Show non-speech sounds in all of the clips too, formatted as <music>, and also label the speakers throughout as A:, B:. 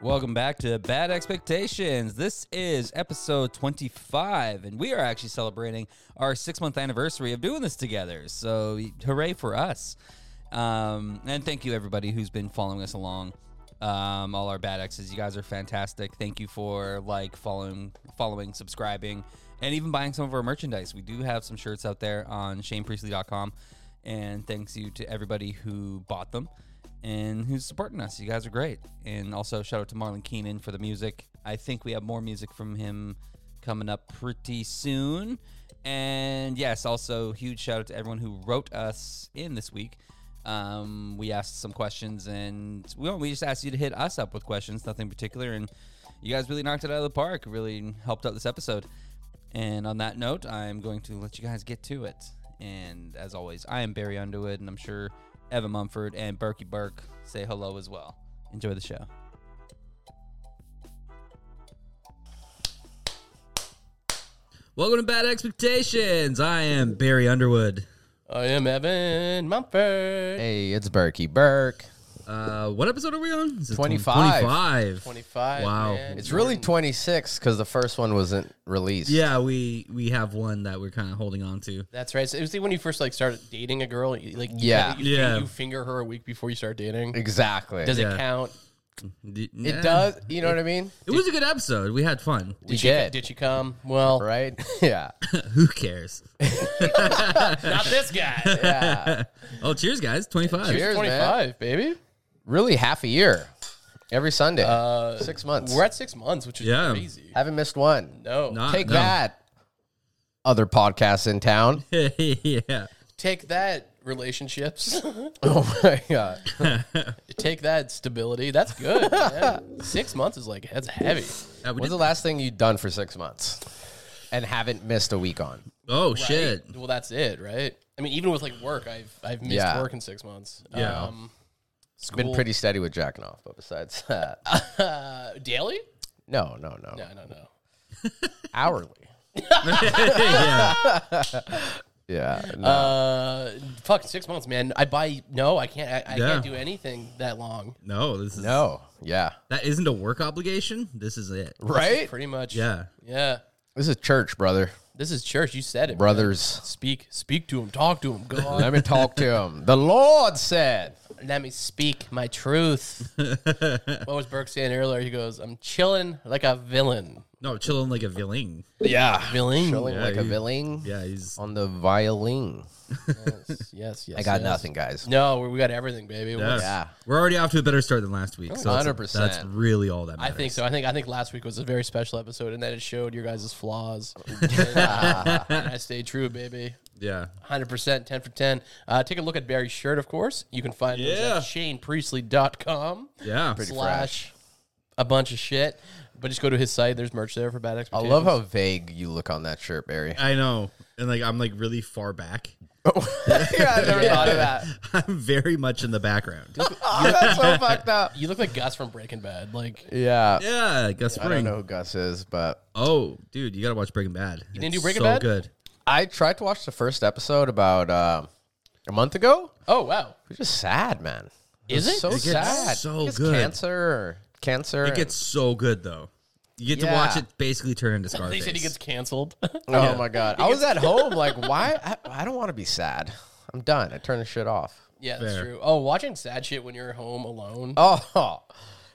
A: Welcome back to Bad Expectations. This is episode 25, and we are actually celebrating our six month anniversary of doing this together. So, hooray for us. Um, and thank you, everybody who's been following us along. Um, all our bad exes, you guys are fantastic. Thank you for like following, following, subscribing, and even buying some of our merchandise. We do have some shirts out there on shanepriestley.com, and thanks you to everybody who bought them and who's supporting us. You guys are great. And also shout out to Marlon Keenan for the music. I think we have more music from him coming up pretty soon. And yes, also huge shout out to everyone who wrote us in this week. Um, we asked some questions and we, we just asked you to hit us up with questions, nothing particular. And you guys really knocked it out of the park, really helped out this episode. And on that note, I'm going to let you guys get to it. And as always, I am Barry Underwood, and I'm sure Evan Mumford and Berkey Burke say hello as well. Enjoy the show. Welcome to Bad Expectations. I am Barry Underwood.
B: I am Evan Mumford.
C: Hey, it's Berkey Burke.
A: Uh, what episode are we on? This is
C: 25.
A: 25.
B: 25.
A: Wow.
B: man.
C: It's really
B: Jordan-
C: 26 because the first one wasn't released.
A: Yeah, we we have one that we're kind of holding on to.
B: That's right. So it was like when you first like started dating a girl. You, like you
C: Yeah.
B: kinda- you,
A: Yeah.
B: You finger her a week before you start dating.
C: Exactly.
B: Does
A: Yeah.
B: it count?
A: D-
C: it
A: yeah.
C: does. You know what I mean?
A: It was a good episode. We had fun.
C: We
B: She-
C: did.
B: Did she come? Well,
C: Right? <laughs> yeah.
A: Who cares?
B: not this
C: <laughs>
B: guy.
C: Yeah.
A: Oh, cheers, guys! Twenty five.
C: Cheers. man.
B: 25, baby.
C: really, half a year. Every Sunday.
A: Uh,
C: Six months.
B: We're at six months, which is
A: Yeah.
B: crazy.
C: Haven't missed one.
B: No.
A: Not-
C: Take
A: Uh, no.
C: that, other podcasts in town.
A: <laughs> yeah.
B: Take that, relationships.
C: <laughs>
B: <laughs>
C: oh, my God.
A: <laughs>
B: Take that, stability. That's good.
C: <laughs>
B: man. six months is like, that's heavy.
A: Uh, we
C: What's
A: did-
C: the last thing you've done for six months and haven't missed a week on?
A: oh
B: <laughs>
A: shit! <laughs>
B: Well, that's it, right? I mean, even with like work, I've I've missed
C: Yeah.
B: work in six months.
A: Yeah.
B: Um,
C: It's been
B: School.
C: pretty steady with jacking off, but besides
A: <laughs>
C: that,
B: uh, daily?
C: no, no, no.
B: No, no, no.
C: Hourly.
A: yeah.
C: Yeah. no.
B: Uh, fuck, six months, man. I buy no, I can't. I, I
A: Yeah.
B: can't do anything that long.
A: No, this is
C: no. Yeah.
A: that isn't a work obligation. This is it.
C: Right?
B: Pretty much.
A: Yeah.
B: Yeah.
C: This is church, brother.
B: This is church. You said it, man.
C: Brothers.
B: Speak, speak to him. Talk to him. God,
C: Let me talk to him. The Lord said,
B: let me speak my
C: <laughs>
B: truth. what was Burke saying earlier? He goes, "I'm chilling like a villain."
A: No, chilling like a villain.
C: Yeah.
B: Villain.
C: Chilling like a
A: he-
C: villain
A: Yeah, he's
C: on the violin. <laughs>
B: Yes, yes.
C: I got
B: yes.
C: nothing, guys.
B: No, we- we got everything, baby.
A: yes.
C: Yeah.
A: We're already off to a better start than last week. So that's-
C: 100%.
A: That's really all that
B: I
A: matters.
B: think so. I think I think last week was a very special episode, and that it showed your guys' flaws. <laughs> and I stay true, baby.
A: Yeah.
B: Hundred percent, ten for ten. Uh, take a look at Barry's shirt, of course. You can find
A: Yeah.
B: those at shanepriestley.com
A: Yeah.
B: slash a bunch of shit. But just go to his site. There's merch there for bad
C: I
B: expectations.
C: love how vague you look on that shirt, Barry.
A: I know. And like I'm like really far back.
C: <laughs>
A: <laughs>
C: yeah, I never thought of <laughs> that.
A: I'm very much in the background.
C: Oh, that's so fucked up.
B: you look like Gus from Breaking Bad. Like you
C: Yeah.
A: yeah, Gus
C: I don't
A: Spring.
C: know who Gus is, but
A: Oh, dude, you gotta watch Breaking Bad. You
B: didn't do Breaking
A: so
B: Bad?
A: good.
C: I tried to watch the first episode about uh, a month ago.
B: oh wow,
C: It was just sad, man.
B: is
C: It
B: it?
C: was so
A: It gets
C: sad.
A: so
C: He gets
A: good.
C: Cancer. Cancer.
A: It gets so good though. You get to
C: Yeah.
A: watch it basically turn into Scarface.
B: they said he gets canceled. <laughs>
C: Oh my god! I was at home, like, why? I, I don't want to be sad. I'm done. I turned the shit off. <laughs>
B: yeah, that's
A: Fair.
B: true. Oh, watching sad shit when you're home alone.
C: Oh,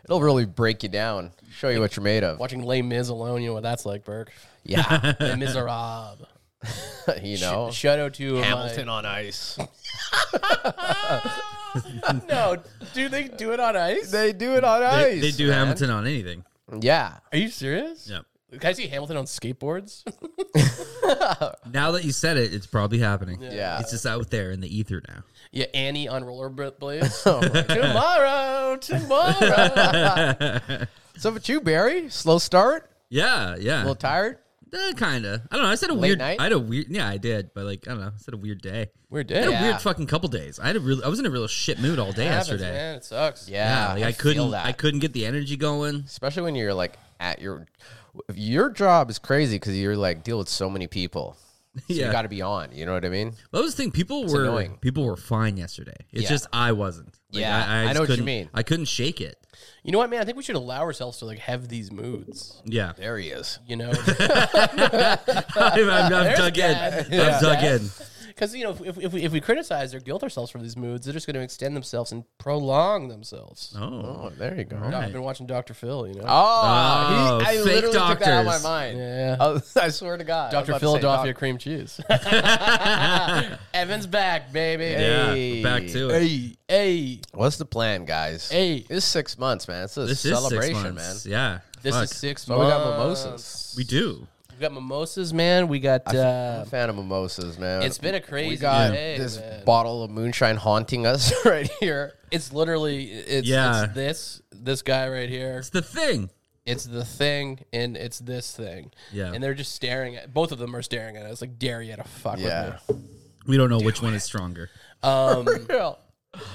C: it'll really break you down. Show you what you're made of.
B: Watching Les Mis alone, you know what that's like,
C: <laughs>
B: Burke.
A: <laughs>
C: Yeah,
B: Les Miserables.
C: you know,
B: Shout out to
C: Hamilton on ice.
B: My, no, do they do it on ice?
C: <laughs> They do it on
A: they,
C: ice.
A: they do Hamilton on anything.
C: Yeah,
B: Are you serious?
A: Yeah.
B: Can I see Hamilton on skateboards? <laughs>
A: Now that you said it, it's probably happening.
C: yeah.
A: It's just out there in the ether now.
B: Yeah, Annie on
C: <laughs>
B: rollerblades.
C: Oh
B: tomorrow, tomorrow.
C: so for you, Barry, slow start.
A: Yeah, yeah.
C: A little tired.
A: kind of. I don't know. I said a weird
C: night?
A: I had a weird yeah, I did, but like I don't know. I said a weird day.
B: We're
A: I
B: dead.
A: had
C: Yeah.
A: a weird fucking couple days. I had a real I was in a real shit mood all day
B: It happens,
A: yesterday.
B: man. It sucks.
A: Yeah, like I,
C: feel
A: couldn't
C: that.
A: I couldn't get the energy going.
C: especially when you're like at your if your job is crazy because you're like deal with so many people. So
A: Yeah.
C: you got to be on. You know what I mean?
A: That was the thing. People were
C: annoying.
A: people were fine yesterday. It's
C: Yeah.
A: just I wasn't. Like,
C: Yeah, I
A: just
C: know what you
A: couldn't-
C: mean.
A: I couldn't shake it.
B: You know what, man? I think we should allow ourselves to like have these moods.
C: <laughs>
A: Yeah. <laughs>
C: There he is.
B: You know,
A: I'm, I'm, I'm dug in.
B: Dad.
A: I'm dug
C: <laughs>
A: in.
B: because you know if, if, if, we, if we criticize or guilt ourselves for these moods, they're just going to extend themselves and prolong themselves.
A: Oh.
C: Oh, there you go.
A: All
B: No,
A: right.
B: I've been watching Dr. Phil. You know,
C: <laughs> Oh,
A: Oh,
C: he, I
A: fake
C: literally took that out of my
A: doctors.
C: mind. <laughs>
B: Yeah.
C: I, was- I swear to God. Oh, I
B: Dr.
C: was about to say
B: Philadelphia
C: doc-
B: cream
C: <laughs>
B: cheese. <laughs> Evan's back, baby.
A: Yeah.
C: Hey.
A: Back to it.
B: Hey, hey,
C: What's the plan, guys?
B: hey.
C: It's six months, man. It's a
A: This is six
C: celebration, man.
A: months. Yeah.
B: This
A: Fuck.
B: is six
C: But
B: months.
C: we got mimosas.
A: We do.
B: We got mimosas, man. We got. Uh,
C: I'm a fan of mimosas, man.
B: it's been a crazy
C: we got
B: day, <laughs>
C: this
B: man.
C: bottle of moonshine haunting us <laughs> right here.
B: It's literally it's,
A: Yeah.
B: it's this this guy right here.
A: It's the thing.
B: It's the thing and it's this thing.
A: Yeah.
B: And they're just staring at both of them are staring at us like dare you to fuck
C: Yeah.
B: with me.
A: We don't know which one is stronger.
B: Um,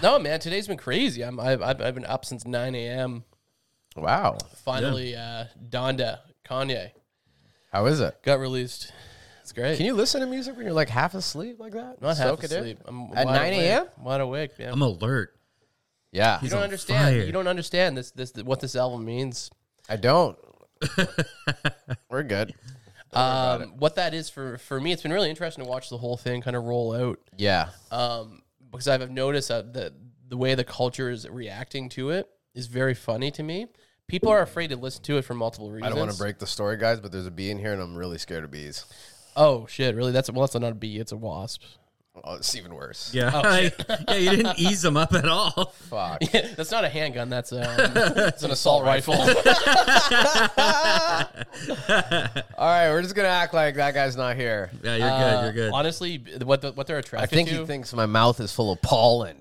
B: No man, today's been crazy. I'm I've, I've I've been up since nine a.m.
C: Wow.
B: Finally, uh, Donda Kanye
C: How is it?
B: got released. It's great.
C: Can you listen to music when you're like half asleep like that?
B: not half
C: Soak it in?
B: asleep? I'm
C: At
B: wide
C: 9
B: awake.
C: a.m.?
B: Wide awake, man.
A: I'm alert.
C: Yeah.
B: you don't
A: on
B: understand.
A: fire.
B: You don't understand this this what this album means.
A: <laughs>
C: I don't. We're good.
B: Um, what that is for for me, it's been really interesting to watch the whole thing kind of roll out.
C: Yeah.
B: um, because I've noticed that the, the way the culture is reacting to it is very funny to me. People are afraid to listen to it for multiple reasons.
C: I don't want to break the story, guys, but there's a bee in here, and I'm really scared of bees.
B: Oh shit! Really? That's well, that's not a bee. It's a wasp. <laughs>
C: Oh, it's even
A: <laughs>
C: worse.
A: Yeah. like- yeah, you didn't ease them up at all. <laughs>
C: Fuck. <laughs>
B: that's not a handgun. That's um, it's an assault rifle.
C: All right, we're just gonna act like that guy's not here.
A: Yeah, you're good. You're good.
B: Uh, Honestly, what the, what they're
C: I
B: attracted
C: think
B: to?
C: he thinks my mouth is full of pollen.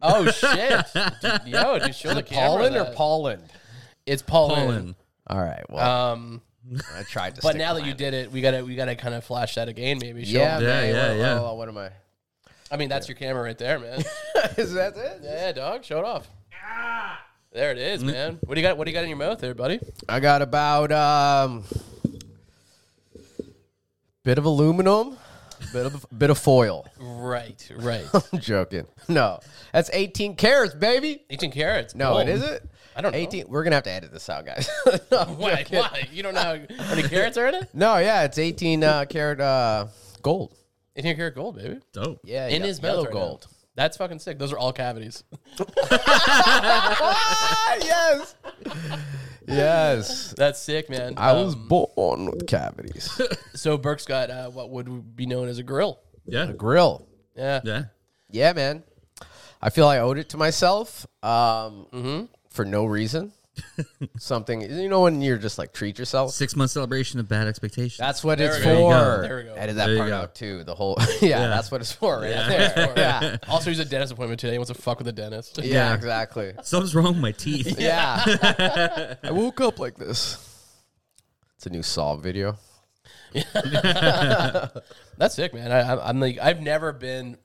B: oh
C: <laughs>
B: shit! Dude, yo, just show the camera
C: Pollen or
B: that.
C: pollen?
B: It's pollen.
A: Colin.
C: All right. Well,
B: Um,
C: I tried to.
B: but
C: stick
B: now
C: with
B: that you
C: mine.
B: did it, we gotta we gotta kind of flash that again, maybe. Show
C: yeah,
B: 'em.
A: Yeah,
C: man,
A: yeah,
C: what-
A: yeah.
C: oh, what am I? <laughs>
B: I mean, that's your camera right there, <laughs> man.
C: is that it?
B: Yeah, dog, show it off. There it is, man. What do you got? What do you got in your mouth, there, buddy?
C: I got about um, bit of aluminum, bit of bit of foil. <laughs>
B: <laughs> Right, right.
C: I'm joking. No, that's 18 carats, baby.
B: 18 carats.
C: No,
B: Whoa.
C: it isn't.
B: I don't know.
C: 18. We're gonna have to edit this out, guys. <laughs>
B: Why? Why? You don't know how how many carats are in <laughs> it?
C: no, yeah, it's 18 uh, carat uh, gold.
B: 18 karat gold, baby.
A: Dope.
C: Yeah,
B: In
C: ye-
B: his mouth.
C: yellow
B: right now.
C: gold.
B: That's fucking sick. Those are all cavities.
C: Ah,
B: <laughs>
C: yes. yes.
B: That's sick, man.
C: I
B: Um,
C: was born with cavities.
B: so Burke's got uh, what would be known as a grill.
A: Yeah.
C: <laughs> Grill.
B: Yeah.
A: Yeah.
C: Yeah, man. I feel I owed it to myself um,
B: Mm-hmm.
C: for no reason. <laughs> Something, you know, when you're just like, treat yourself.
A: Six month celebration of bad expectations.
C: That's what
B: There
C: it's
B: we go.
C: for.
B: There we go.
C: Edit that
A: There you
C: part
A: go.
C: out too. The whole, <laughs> yeah, that's what it's for
B: <laughs>
C: right there. Yeah.
B: Also, he's a dentist appointment today. He wants to fuck with the dentist.
C: yeah,
A: Yeah.
C: exactly.
A: Something's wrong with my
B: <laughs>
A: teeth.
C: Yeah. I woke up like this. It's a new Saw video.
B: That's sick, man. I, I'm- I'm like, I've never been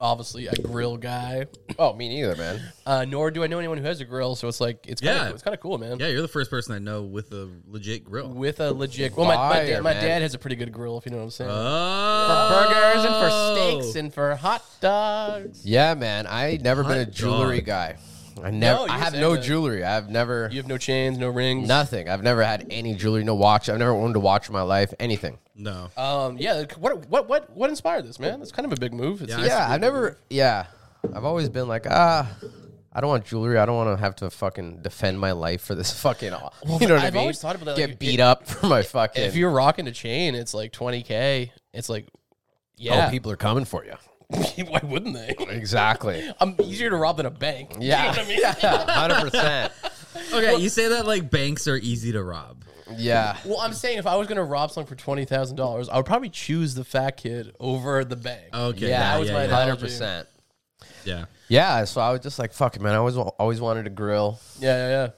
B: obviously a grill guy.
C: Oh, me neither, man.
B: Uh, nor do I know anyone who has a grill, so it's like it's kind of
A: Yeah.
B: it's kind of cool, man.
A: Yeah, you're the first person I know with a legit grill.
B: With a legit, well, my, my,
C: Fire,
B: dad, my
C: man.
B: dad has a pretty good grill, if you know what I'm saying.
A: Uh. Oh.
B: Burgers and for steaks and for hot dogs.
C: Yeah, man. I never been a
A: Hot
C: jewelry
A: dog.
C: guy. I never.
B: No, you
C: I have
B: said
C: no
B: that.
C: jewelry. I've never
B: You have no chains, no rings.
C: nothing. I've never had any jewelry. No watch. I've never owned a watch in my life. Anything.
A: No.
B: Um, yeah. What what what what inspired this, man? That's kind of a big move. It's
A: Yeah, I
C: Yeah, I've never. Yeah, I've always been like ah. I don't want jewelry. I don't want to have to fucking defend my life for this <laughs> fucking. you know what I
B: I've
C: mean?
B: always thought about that,
C: Get
B: like,
C: beat
B: if-
C: up <laughs> for my fucking.
B: If you're rocking a chain, it's like 20k. It's like, yeah.
C: oh, people are coming for you.
B: <laughs> Why wouldn't they?
C: Exactly.
B: I'm easier to rob than a bank. You know
C: Yeah.
B: what I mean?
C: <laughs> Yeah. Hundred percent.
A: Okay, you say that like banks are easy to rob.
C: Yeah.
B: Well, I'm saying if I was gonna rob someone for twenty thousand dollars, I would probably choose the fat kid over the bank.
A: Okay.
C: Yeah,
A: Yeah.
C: that
B: was
A: yeah,
B: my
A: yeah,
B: thought.
C: Hundred percent.
A: yeah.
C: Yeah. So I was just like, fuck it, man. I always wa- always wanted a grill.
B: Yeah, yeah, yeah.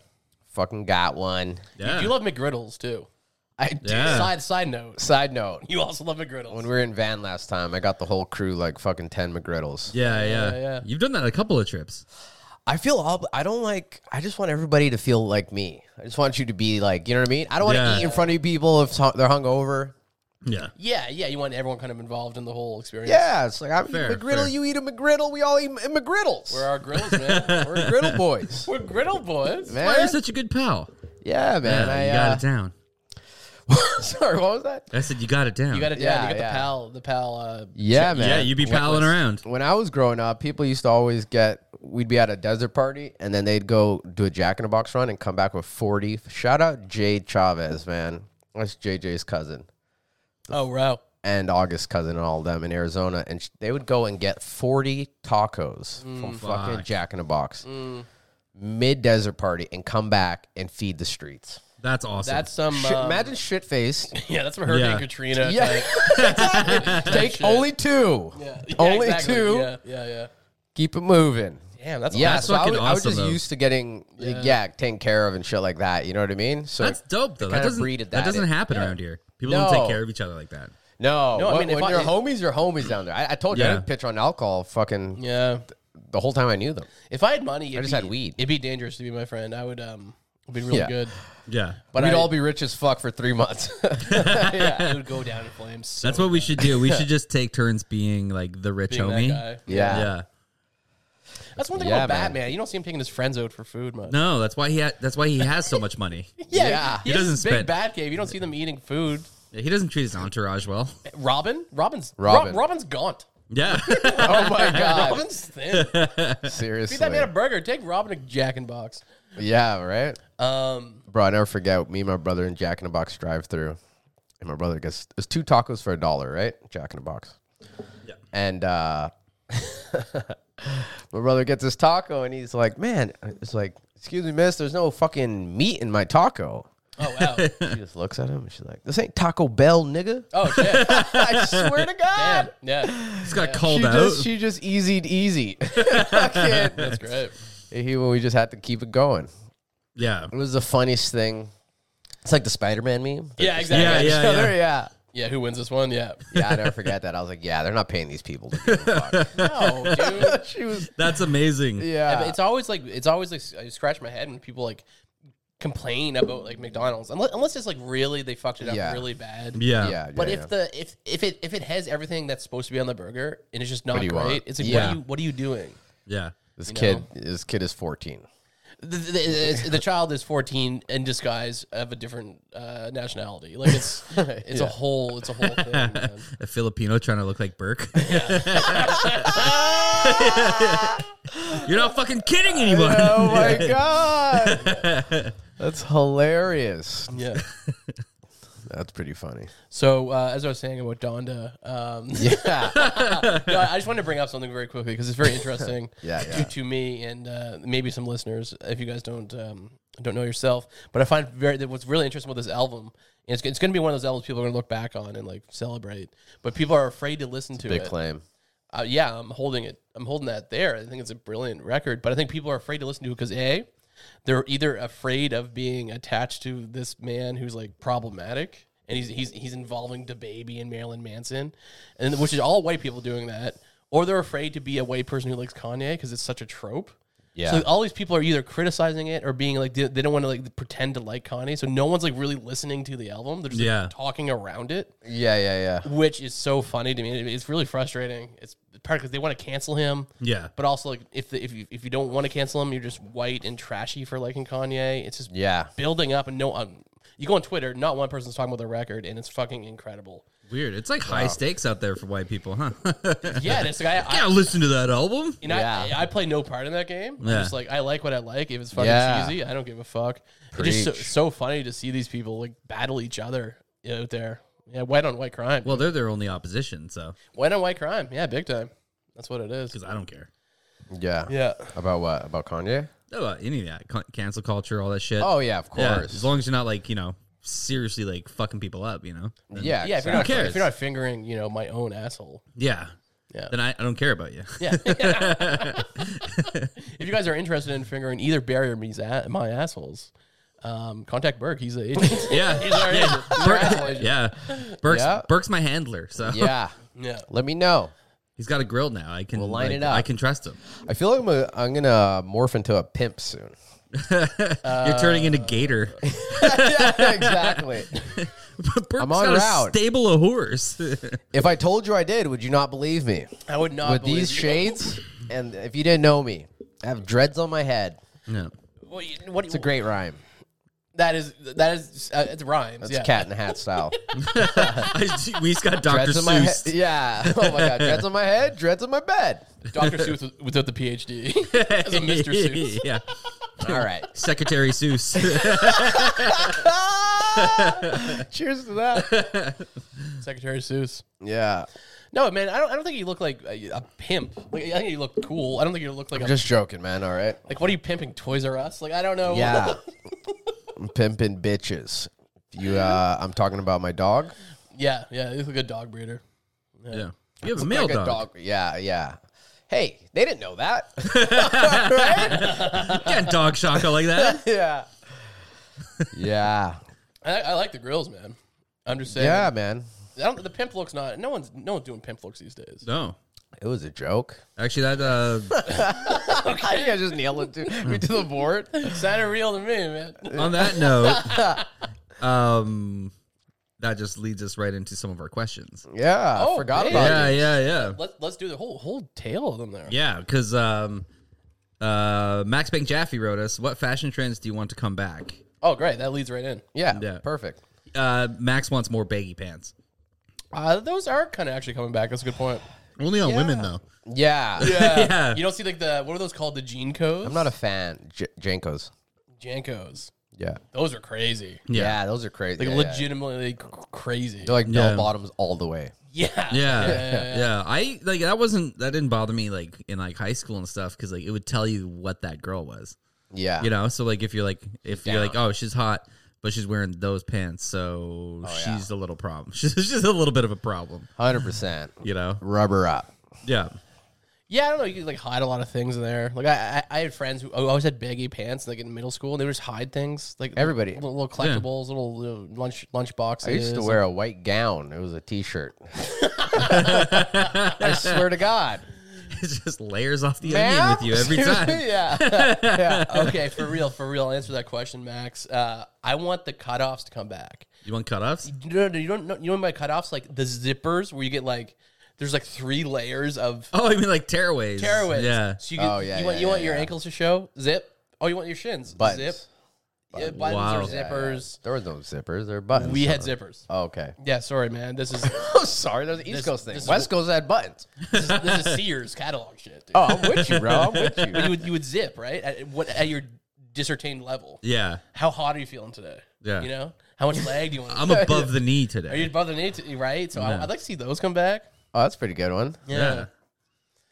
C: Fucking got one.
A: Yeah.
B: You love McGriddles too.
C: I did.
A: Yeah.
B: Side side note,
C: Side note.
B: you also love McGriddles.
C: When we were in van last time, I got the whole crew like fucking ten McGriddles.
A: Yeah, yeah,
B: Yeah, yeah.
A: You've done that a couple of trips.
C: I feel ob- I don't like. I just want everybody to feel like me. I just want you to be like, you know what I mean. I don't want to
A: Yeah.
C: eat in front of you people if so- they're hungover.
A: Yeah.
B: Yeah, yeah. You want everyone kind of involved in the whole experience.
C: Yeah, it's like I'm eating
A: Fair,
C: McGriddle.
A: fair.
C: You eat a McGriddle. We all eat M- McGriddles.
B: We're our grills,
C: <laughs>
B: man.
C: We're griddle boys,
B: We're griddle boys.
A: Why are you
C: man.
A: such a good pal?
C: Yeah, man.
A: yeah,
C: I,
A: you got
C: uh,
A: it down.
C: <laughs> sorry, what was that?
A: I said you got it down.
B: You got it down.
C: Yeah,
B: you got
C: yeah.
B: the pal, the pal. Uh,
C: Yeah, man.
A: Yeah, you be palling around.
C: when I was growing up, people used to always get. We'd be at a desert party, and then they'd go do a Jack in a Box run and come back with forty. Shout out Jade Chavez, man. That's JJ's cousin
B: oh, wow.
C: and August cousin and all of them in Arizona, and sh- they would go and get forty tacos
B: Mm.
C: from fucking Jack in a Box, mid desert party, and come back and feed the streets.
A: That's awesome.
B: That's some.
C: Shit-
B: um,
C: imagine shit faced.
A: <laughs>
B: <laughs> Yeah, that's from Hurricane
A: Yeah.
B: Katrina.
C: <laughs> Yeah,
B: type-
C: Exactly.
B: type
C: Take
B: shit.
C: only two.
B: <laughs> Yeah. Yeah,
C: Only
B: exactly.
C: two.
B: Yeah, yeah, yeah.
C: Keep it moving.
B: Damn, that's
C: Yeah,
A: That's
C: so I
A: fucking
C: was, I was
A: awesome,
C: just
A: though.
C: used to getting yeah. taken care of and shit like that. You know what I mean? So
A: That's dope though. That
C: kinda
A: doesn't
C: breeded
A: that
C: that
A: doesn't
C: in.
A: happen around here. People don't
C: No.
A: take care of each other like that.
C: no,
B: No, I
C: when-
B: mean, if
C: when,
B: I-
C: your
B: if-
C: homies, your homies down there. I, I told you
A: Yeah.
C: I didn't pitch on alcohol. Fucking
B: Yeah.
C: the whole time I knew them.
B: If I had money, it'd
C: just
B: be,
C: had weed.
B: It'd be dangerous to be my friend. I would um, it'd be really
C: Yeah. <laughs>
B: good. <laughs>
A: Yeah.
C: But
B: I-
C: we'd all be rich as fuck for three months. <laughs>
B: yeah, it would go down in flames. So
A: That's what we should do. We should just take turns being like the rich
B: being that
A: homie.
B: guy.
C: yeah.
A: Yeah.
B: That's one thing
C: Yeah,
B: about
C: man.
B: Batman. You don't see him taking his friends out for food much.
A: No, that's why he ha- that's why he has so much money.
B: Yeah,
C: Yeah.
A: He
B: he, has
A: doesn't
B: this big
A: spend.
B: bat cave. You don't see them eating food.
A: He doesn't treat his entourage well.
B: Robin, Robin's Robin.
C: Robin.
B: Robin's gaunt.
A: Yeah.
C: <laughs>
A: <laughs>
C: oh my
B: <laughs>
C: god!
B: Robin's thin.
C: Seriously.
B: Feed that man a burger. Take Robin a Jack in Box.
C: yeah, right.
B: Um,
C: Bro, I never forget me and my brother in Jack in a Box drive through. And my brother gets it's two tacos for a dollar, right? Jack in a Box. Yeah. And uh <laughs> my brother gets his taco and he's like, Man, it's like, excuse me, miss, there's no fucking meat in my taco.
B: oh wow.
C: <laughs> She just looks at him and she's like, This ain't Taco Bell, nigga.
B: Oh shit.
C: I swear to
B: Damn.
C: God.
B: Yeah.
A: He's got called
C: She
A: out.
C: just she just easied easy. <laughs>
B: That's great.
C: he we just had to keep it going.
A: yeah.
C: It was the funniest thing. It's like the Spider Man meme.
B: Yeah,
A: Yeah,
C: <laughs>
B: exactly.
A: yeah,
C: So
A: yeah.
C: there- yeah.
B: Yeah, who wins this one? Yeah.
C: Yeah, I never forget that. I was like, yeah, they're not paying these people. To <laughs> give a
B: No, dude.
C: fuck. she was,
A: That's amazing.
B: <laughs> Yeah, but
C: yeah.
B: it's always like it's always like I scratch my head when people like complain about like McDonald's unless, unless it's like really they fucked it up
C: Yeah.
B: really bad.
A: Yeah.
C: yeah.
B: But
C: yeah,
B: if the if if it if it has everything that's supposed to be on the burger and it's just not
C: do
B: great,
C: you want?
B: it's like what
A: Yeah.
B: are you what are you doing?
A: Yeah.
C: this
B: know.
C: kid, this kid is fourteen.
B: The, the, the, the child is 14 in disguise of a different uh, nationality. Like it's
C: <laughs>
B: it's a whole it's a whole thing. Man.
A: A Filipino trying to look like
C: <laughs>
A: Burke. <laughs> You're not fucking kidding anyone.
C: Oh
B: <laughs>
C: my god, <laughs> that's hilarious.
B: Yeah.
C: That's pretty funny.
B: So uh, as I was saying about Donda,
C: <laughs>
B: um,
C: Yeah,
B: <laughs> No, I just wanted to bring up something very quickly because it's
C: <laughs>
B: very interesting
C: Yeah,
B: to,
C: yeah.
B: to me and uh, maybe some listeners if you guys don't um, don't know yourself. But I find very that what's really interesting about this album. And it's, it's going to be one of those albums people are going to look back on and like celebrate, but people are afraid to listen to
C: big
B: it.
C: claim.
B: Uh, yeah, I'm holding it. I'm holding that there. I think it's a brilliant record, but I think people are afraid to listen to it because a, they're either afraid of being attached to this man who's like problematic, and he's he's he's involving the baby and Marilyn Manson, and which is all white people doing that, or they're afraid to be a white person who likes Kanye because it's such a trope.
C: Yeah.
B: So all these people are either criticizing it or being like they, they don't want to like pretend to like Kanye, so no one's like really listening to the album. They're just like,
A: Yeah.
B: talking around it
C: Yeah, yeah, yeah.
B: which is so funny to me. It- It's really frustrating. It's part because they want to cancel him,
A: Yeah.
B: but also like if the, if you if you don't want to cancel him, you're just white and trashy for liking Kanye. It's just
C: Yeah.
B: building up and no. Um, you go on Twitter, not one person's talking about their record, and it's fucking incredible.
A: Weird. It's like high stakes out there for white people, huh? <laughs>
B: Yeah, this guy. I,
A: yeah, listen to that album.
B: you know, I, I play no part in that game. I'm
A: Yeah.
B: just like I like what I like. If it's fucking
C: Yeah.
B: cheesy, I don't give a fuck. It's just so,
C: Preach.
B: so funny to see these people like battle each other out there. Yeah, white on white crime.
A: Well, they're their only opposition, so
B: white on white crime. Yeah, big time. That's what it is.
A: because I don't care
C: Yeah.
B: Yeah.
C: About what? About Kanye?
A: about uh, any of that Con- cancel culture, all that shit.
C: Oh yeah, of
A: Yeah,
C: course.
A: as long as you're not like you know seriously like fucking people up, you know. Then-
C: Yeah,
B: Yeah, if you're, not,
A: Who cares?
B: if you're not fingering, you know, my own asshole.
A: yeah,
B: Yeah.
A: Then I, I don't care about
C: <laughs>
A: you.
B: Yeah. <laughs> if you guys are interested in fingering either Barry or me's a- my assholes, um, contact Burke. He's the agent.
A: Yeah,
B: He's our
C: <laughs>
B: agent. He's our asshole agent.
A: yeah. Burke's
C: Yeah.
A: Burke's my handler, so
C: Yeah.
B: <laughs> Yeah.
C: Let me know.
A: <laughs> he's got a grill now. I can
C: line
A: like,
C: it up.
A: I can trust him.
C: I feel like I'm, a, I'm gonna morph into a pimp <laughs> soon. Uh, <laughs>
A: you're turning into Gator.
C: yeah, exactly.
A: But <laughs> Burke's
C: I'm on
A: gotta
C: route.
A: stable a horse.
C: <laughs> If I told you I did, would you not believe me?
B: I would not
C: With
B: believe
C: these
B: you.
C: shades, and if you didn't know me, I have dreads on my head.
A: no.
B: Well, you- what,
C: It's a great rhyme.
B: That is that is uh, it rhymes.
C: That's
B: yeah.
C: cat in a hat style.
A: <laughs> I- we just got Dr.
C: dreads on my head.
A: Seuss.
C: <laughs> Yeah. Oh my god. Dreads on my head. Dreads on my bed. <laughs>
B: Doctor Seuss with- without the PhD as a Mr. Seuss.
A: <laughs> yeah.
C: All right.
A: Secretary
C: <laughs>
A: Seuss.
C: Cheers to that.
B: Secretary Seuss.
C: Yeah.
B: No, man, I don't. I don't think you look like a, a pimp. Like, I think you look cool. I don't think you look like a,
C: I'm just joking, man. All right.
B: like. What are you pimping? Toys R Us? Like I don't know.
C: Yeah. I'm pimping bitches. You. Uh, I'm talking about my dog.
B: <laughs> yeah, yeah. You look like a dog breeder.
A: <laughs> yeah. You have a male
C: Like a
A: dog.
C: Yeah. Yeah. Hey, they didn't know that. <laughs>
A: Yeah, dog shaka like
C: <laughs>
A: that.
C: yeah. Yeah.
B: I, I like the grills, man. I'm just saying.
C: Yeah, man.
B: I don't, the pimp looks not. No one's no one's doing pimp looks these days.
A: No.
C: It was a joke.
A: Actually, that
C: <laughs>
A: uh,
C: I think I just nailed it too. We to the board.
B: Sounded real to me, man.
C: <laughs>
A: on that note, um, that just leads us right into some of our questions.
C: Yeah.
B: Oh,
C: I forgot
B: yeah.
C: about
A: Yeah, yeah, yeah,
B: Let, let's do the whole whole tale of them there.
A: yeah. Because um, uh, Max Bank Jaffe wrote us, "What fashion trends do you want to come back?"
B: Oh, great. That leads right in.
C: Yeah,
A: Yeah.
C: perfect.
A: Uh, Max wants more baggy pants.
B: Uh, those are kind of actually coming back. That's a good point.
A: Only on women though.
C: Yeah.
B: <laughs>
A: <laughs>
B: Yeah.
A: Yeah.
B: You don't see like the what are those called? The jean codes?
C: I'm not a fan. J- Jankos.
B: Jankos.
C: Yeah.
B: Those are crazy.
C: yeah. those are crazy.
B: Like
C: yeah, yeah.
B: legitimately c- crazy.
C: They're like
A: Yeah.
C: bell bottoms all the way.
B: Yeah.
A: Yeah.
B: yeah, yeah.
A: Yeah. I like that wasn't that didn't bother me like in like high school and stuff because like it would tell you what that girl was.
C: Yeah.
A: You know, so like if you're like if you're like oh she's hot but she's wearing those pants so she's a little problem. <laughs> She's just a little bit of a problem.
C: 100%.
A: You know.
C: Rubber up.
A: Yeah. <laughs>
B: Yeah, I don't know. You could like hide a lot of things in there. Like I, I, I had friends who who always had baggy pants, like in middle school, and they would just hide things, like
C: Everybody.
B: little, little collectibles, little, little lunch lunch boxes.
C: I used
B: <laughs>
C: to wear a white gown. It was a t <laughs> shirt. I swear
A: <laughs>
C: to God.
A: It's just layers off the onion
C: Man.
A: with you
B: <laughs>
A: every time.
C: <laughs> yeah. yeah.
B: okay, for real, for real. Answer that question, Max. Uh, I want the cutoffs to come back.
A: You want cutoffs?
B: You don't, you don't know. You know my cutoffs, like the zippers, where you get like there's like three layers of
A: Oh, I mean like tearaways.
B: tearaways.
A: Yeah.
B: So you get,
C: Oh, yeah,
B: you want
C: yeah,
B: you want
C: yeah,
B: your
C: yeah.
B: ankles to show zip. Oh, you want your shins
C: Buttons.
B: zip. Yeah, buttons
A: Wow.
B: or
A: Yeah, yeah.
B: zippers.
C: There was no zippers. There were buttons.
B: We had zippers.
C: Oh, okay. <laughs>
B: Yeah, sorry, man. This is
C: I'm Oh, sorry. That was an East
B: This-
C: Coast thing.
B: this-
C: West Coast had buttons.
B: this is, this is Sears catalog shit. Dude.
C: Oh, I'm with you, bro. I'm with you.
B: But you would you would zip right at what at your discertained level.
A: Yeah.
B: How hot are you feeling today?
A: Yeah.
B: you know how much leg do you want?
A: I'm above the knee today.
B: <laughs> are you above the knee? To, right. So I,
A: Yeah.
B: would like to see those come back.
C: Oh, that's a pretty good one.
A: yeah.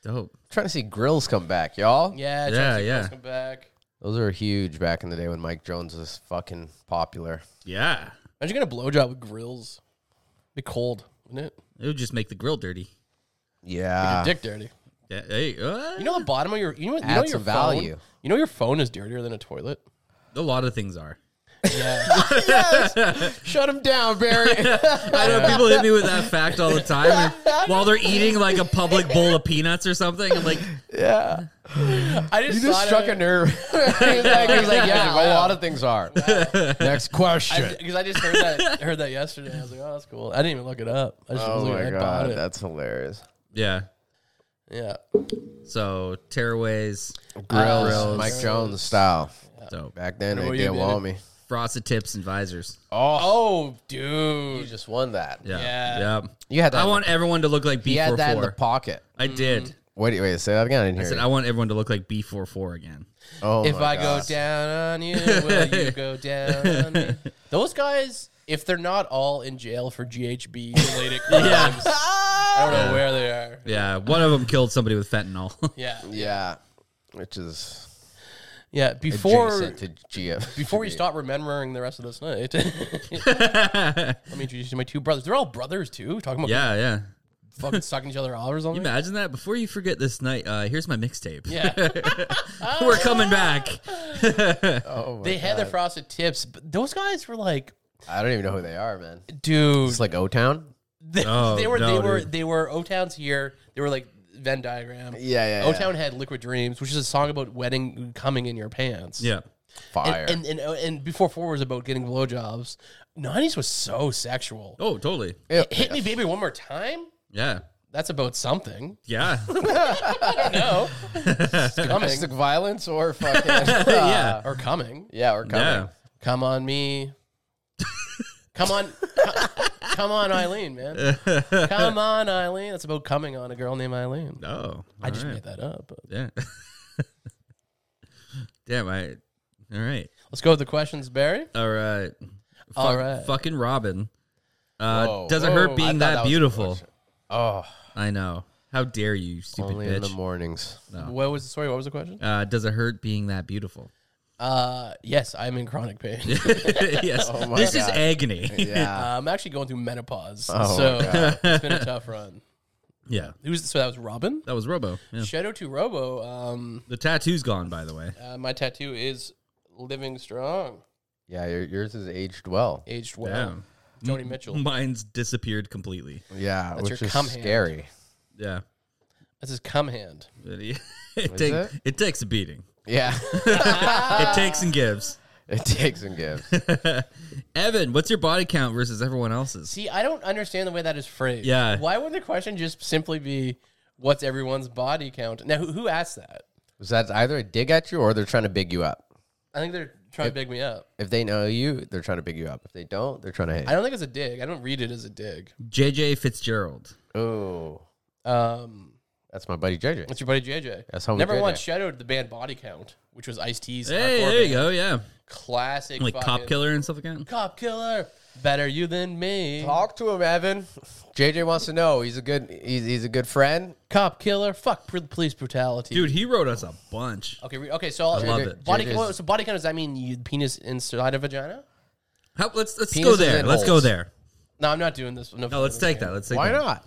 A: Dope.
C: trying to see grills come back, y'all.
B: Yeah. try to
A: Yeah,
B: see those
A: yeah.
B: Come back.
C: Those are huge back in the day when Mike Jones was fucking popular.
A: Yeah.
B: Imagine getting a blowjob with grills. Be cold, wouldn't it?
A: It would just make the grill dirty.
C: Yeah.
B: Dick dirty.
A: Yeah. Hey, uh,
B: You know the bottom of your you know, you
C: Add
B: know your
C: some
B: phone,
C: value.
B: You know your phone is dirtier than a toilet.
A: a lot of things are.
C: Shut him down, Barry.
A: I know people hit me with that fact all the time
C: <laughs>
A: and while they're eating like a public bowl of peanuts or something. I'm like,
C: yeah.
B: <laughs>
A: <laughs>
B: I just,
C: You just
B: <laughs>
C: struck a nerve. <laughs> he, was like, he was like, yeah, a lot of things are. <laughs> Next question.
B: because I, just heard that heard that yesterday. I was like, oh, that's cool. I didn't even look it up. I just was
C: Oh
B: like,
C: my
B: I bought
C: god,
B: it.
C: that's hilarious.
A: yeah.
B: Yeah.
A: So tearaways,
C: Grills, Uh, Mike Jones style.
A: so
C: Back then,
B: Remember
C: they
B: when you
C: didn't
B: did
C: want
B: it?
C: me.
A: frosted tips and visors.
C: Oh,
B: Oh,
C: you
B: dude.
C: just won that.
A: Yeah.
B: Yeah.
A: Yep.
C: You had that.
A: I
C: in-
A: want everyone to look like
C: you had that in the
A: B44.
C: pocket.
A: I
B: Mm.
A: did.
C: Wait, wait, say that again. I
A: I
C: didn't hear
A: said,
C: you.
A: I want everyone to look like B44 again.
C: oh,
B: If
C: my
B: I
C: God.
B: go down on you, will you go down on me? Those guys, if they're not all in jail for GHB related crimes, I don't know where they are.
A: Yeah. One of them killed somebody with fentanyl. <laughs>
B: Yeah.
C: <laughs> Yeah. Which is
B: Yeah. Before
C: adjacent to GF.
B: before you stop remembering the rest of this night, let me introduce you to my two brothers. They're all brothers too. Talking about
A: yeah. Yeah.
B: <laughs> fucking sucking each other off or something.
A: Imagine that. Before you forget this night, uh, here's my mixtape.
B: Yeah.
A: <laughs> We're coming
B: <laughs>
A: back.
C: <laughs> Oh my
B: They had their frosted tips, but those guys were like,
C: I don't even know who they are, man.
B: dude,
C: It's like O Town.
B: <laughs> they,
A: Oh,
B: they were
A: no,
B: they were
A: dude.
B: they were O Town's here. They were like Venn diagram.
C: Yeah, yeah, yeah.
B: O Town had Liquid Dreams, which is a song about wedding coming in your pants.
A: Yeah.
C: Fire.
B: And and, and and before four was about getting blowjobs. Nineties was so sexual.
A: Oh, totally.
C: Yeah.
B: Hit me, baby, one more time.
A: Yeah.
B: That's about something.
A: Yeah. <laughs>
C: <laughs>
B: No, It's coming
C: Domestic violence or fucking yeah
B: <laughs> or coming.
C: yeah or coming.
A: yeah.
B: Come on me. come on, co- come on, Eileen,
A: <laughs>
B: man. Come on, Eileen. That's about coming on a girl named Eileen.
A: Oh.
B: I just
A: alright.
B: made that up. but-
A: Yeah. <laughs> Damn, I. All right.
B: Let's go with the questions, Barry.
A: All right.
B: All right.
A: Fucking Robin. Uh,
C: Whoa.
A: doesn't
B: Whoa.
A: hurt
C: I
A: being
C: thought
A: that,
C: was a
A: beautiful.
C: question. Oh,
A: I know. How dare you, you stupid
C: only in the
A: bitch. <laughs>
C: mornings.
B: What was the story? What was the question?
A: uh, does it hurt being that
C: <laughs>
A: beautiful? <laughs>
B: Uh, yes, I'm in chronic pain. Uh,
A: yes.
C: Oh my
A: this is
C: God.
A: agony.
C: <laughs> Yeah.
B: I'm actually going through menopause,
C: Oh,
B: so
C: God.
B: <laughs> it's been a tough run.
A: <laughs> yeah.
B: Who's so that was Robin.
A: That was Robo. Yeah.
B: Shadow to Robo. Um,
A: The tattoo's gone, by the way.
C: Oh,
B: uh, my tattoo is living strong,
C: yeah, your, yours is aged well.
B: aged well.
C: Mm-hmm.
B: Joni Mitchell.
A: Mine's disappeared completely.
C: Yeah,
B: That's
C: which
B: your
C: is
B: cum hand.
C: scary.
A: Yeah.
B: That's his cum hand.
A: It, <laughs> it, take-
C: it? Ah.
A: it takes a beating.
C: Yeah, <laughs>
A: it takes and gives. <laughs>
C: it takes and gives.
A: Evan, what's your body count versus everyone else's?
B: See, I don't understand the way that is phrased.
A: Yeah.
B: Why would the question just simply be, "What's everyone's body count?" Now, who, who asked that?
C: Was that either a dig at you or they're trying to big you up?
B: I think they're trying to big me up.
C: If they know you, they're trying to big you up. If they don't, they're trying to hate.
B: I don't think it's a dig. I don't read it as a dig.
A: JJ Fitzgerald.
C: Oh,
B: Um,
C: that's my buddy JJ.
B: That's your buddy JJ.
C: That's homie
B: Never
C: JJ.
B: once shadowed the band Body Count, which was Ice T's.
A: Hey, there you go. Yeah.
B: Classic.
A: Like cop
B: fucking-
A: killer and stuff like that.
B: Cop killer. Better you than me.
C: Talk to him, Evan. JJ wants to know. He's a good. He's, he's a good friend.
B: Cop killer. Fuck pr- police brutality.
A: Dude, he wrote us a bunch.
B: Okay. Re- okay. So I'll,
A: love
B: JJ
A: it.
B: Body.
C: JJ 's-
B: well, so body count does that mean you penis inside a vagina?
A: How, let's let's
C: Penises
A: go there.
C: and
A: Let's go
C: holes.
A: there.
B: No, I'm not doing this.
A: No, Oh, let's take that. Let's take
C: Why
A: that.
C: not?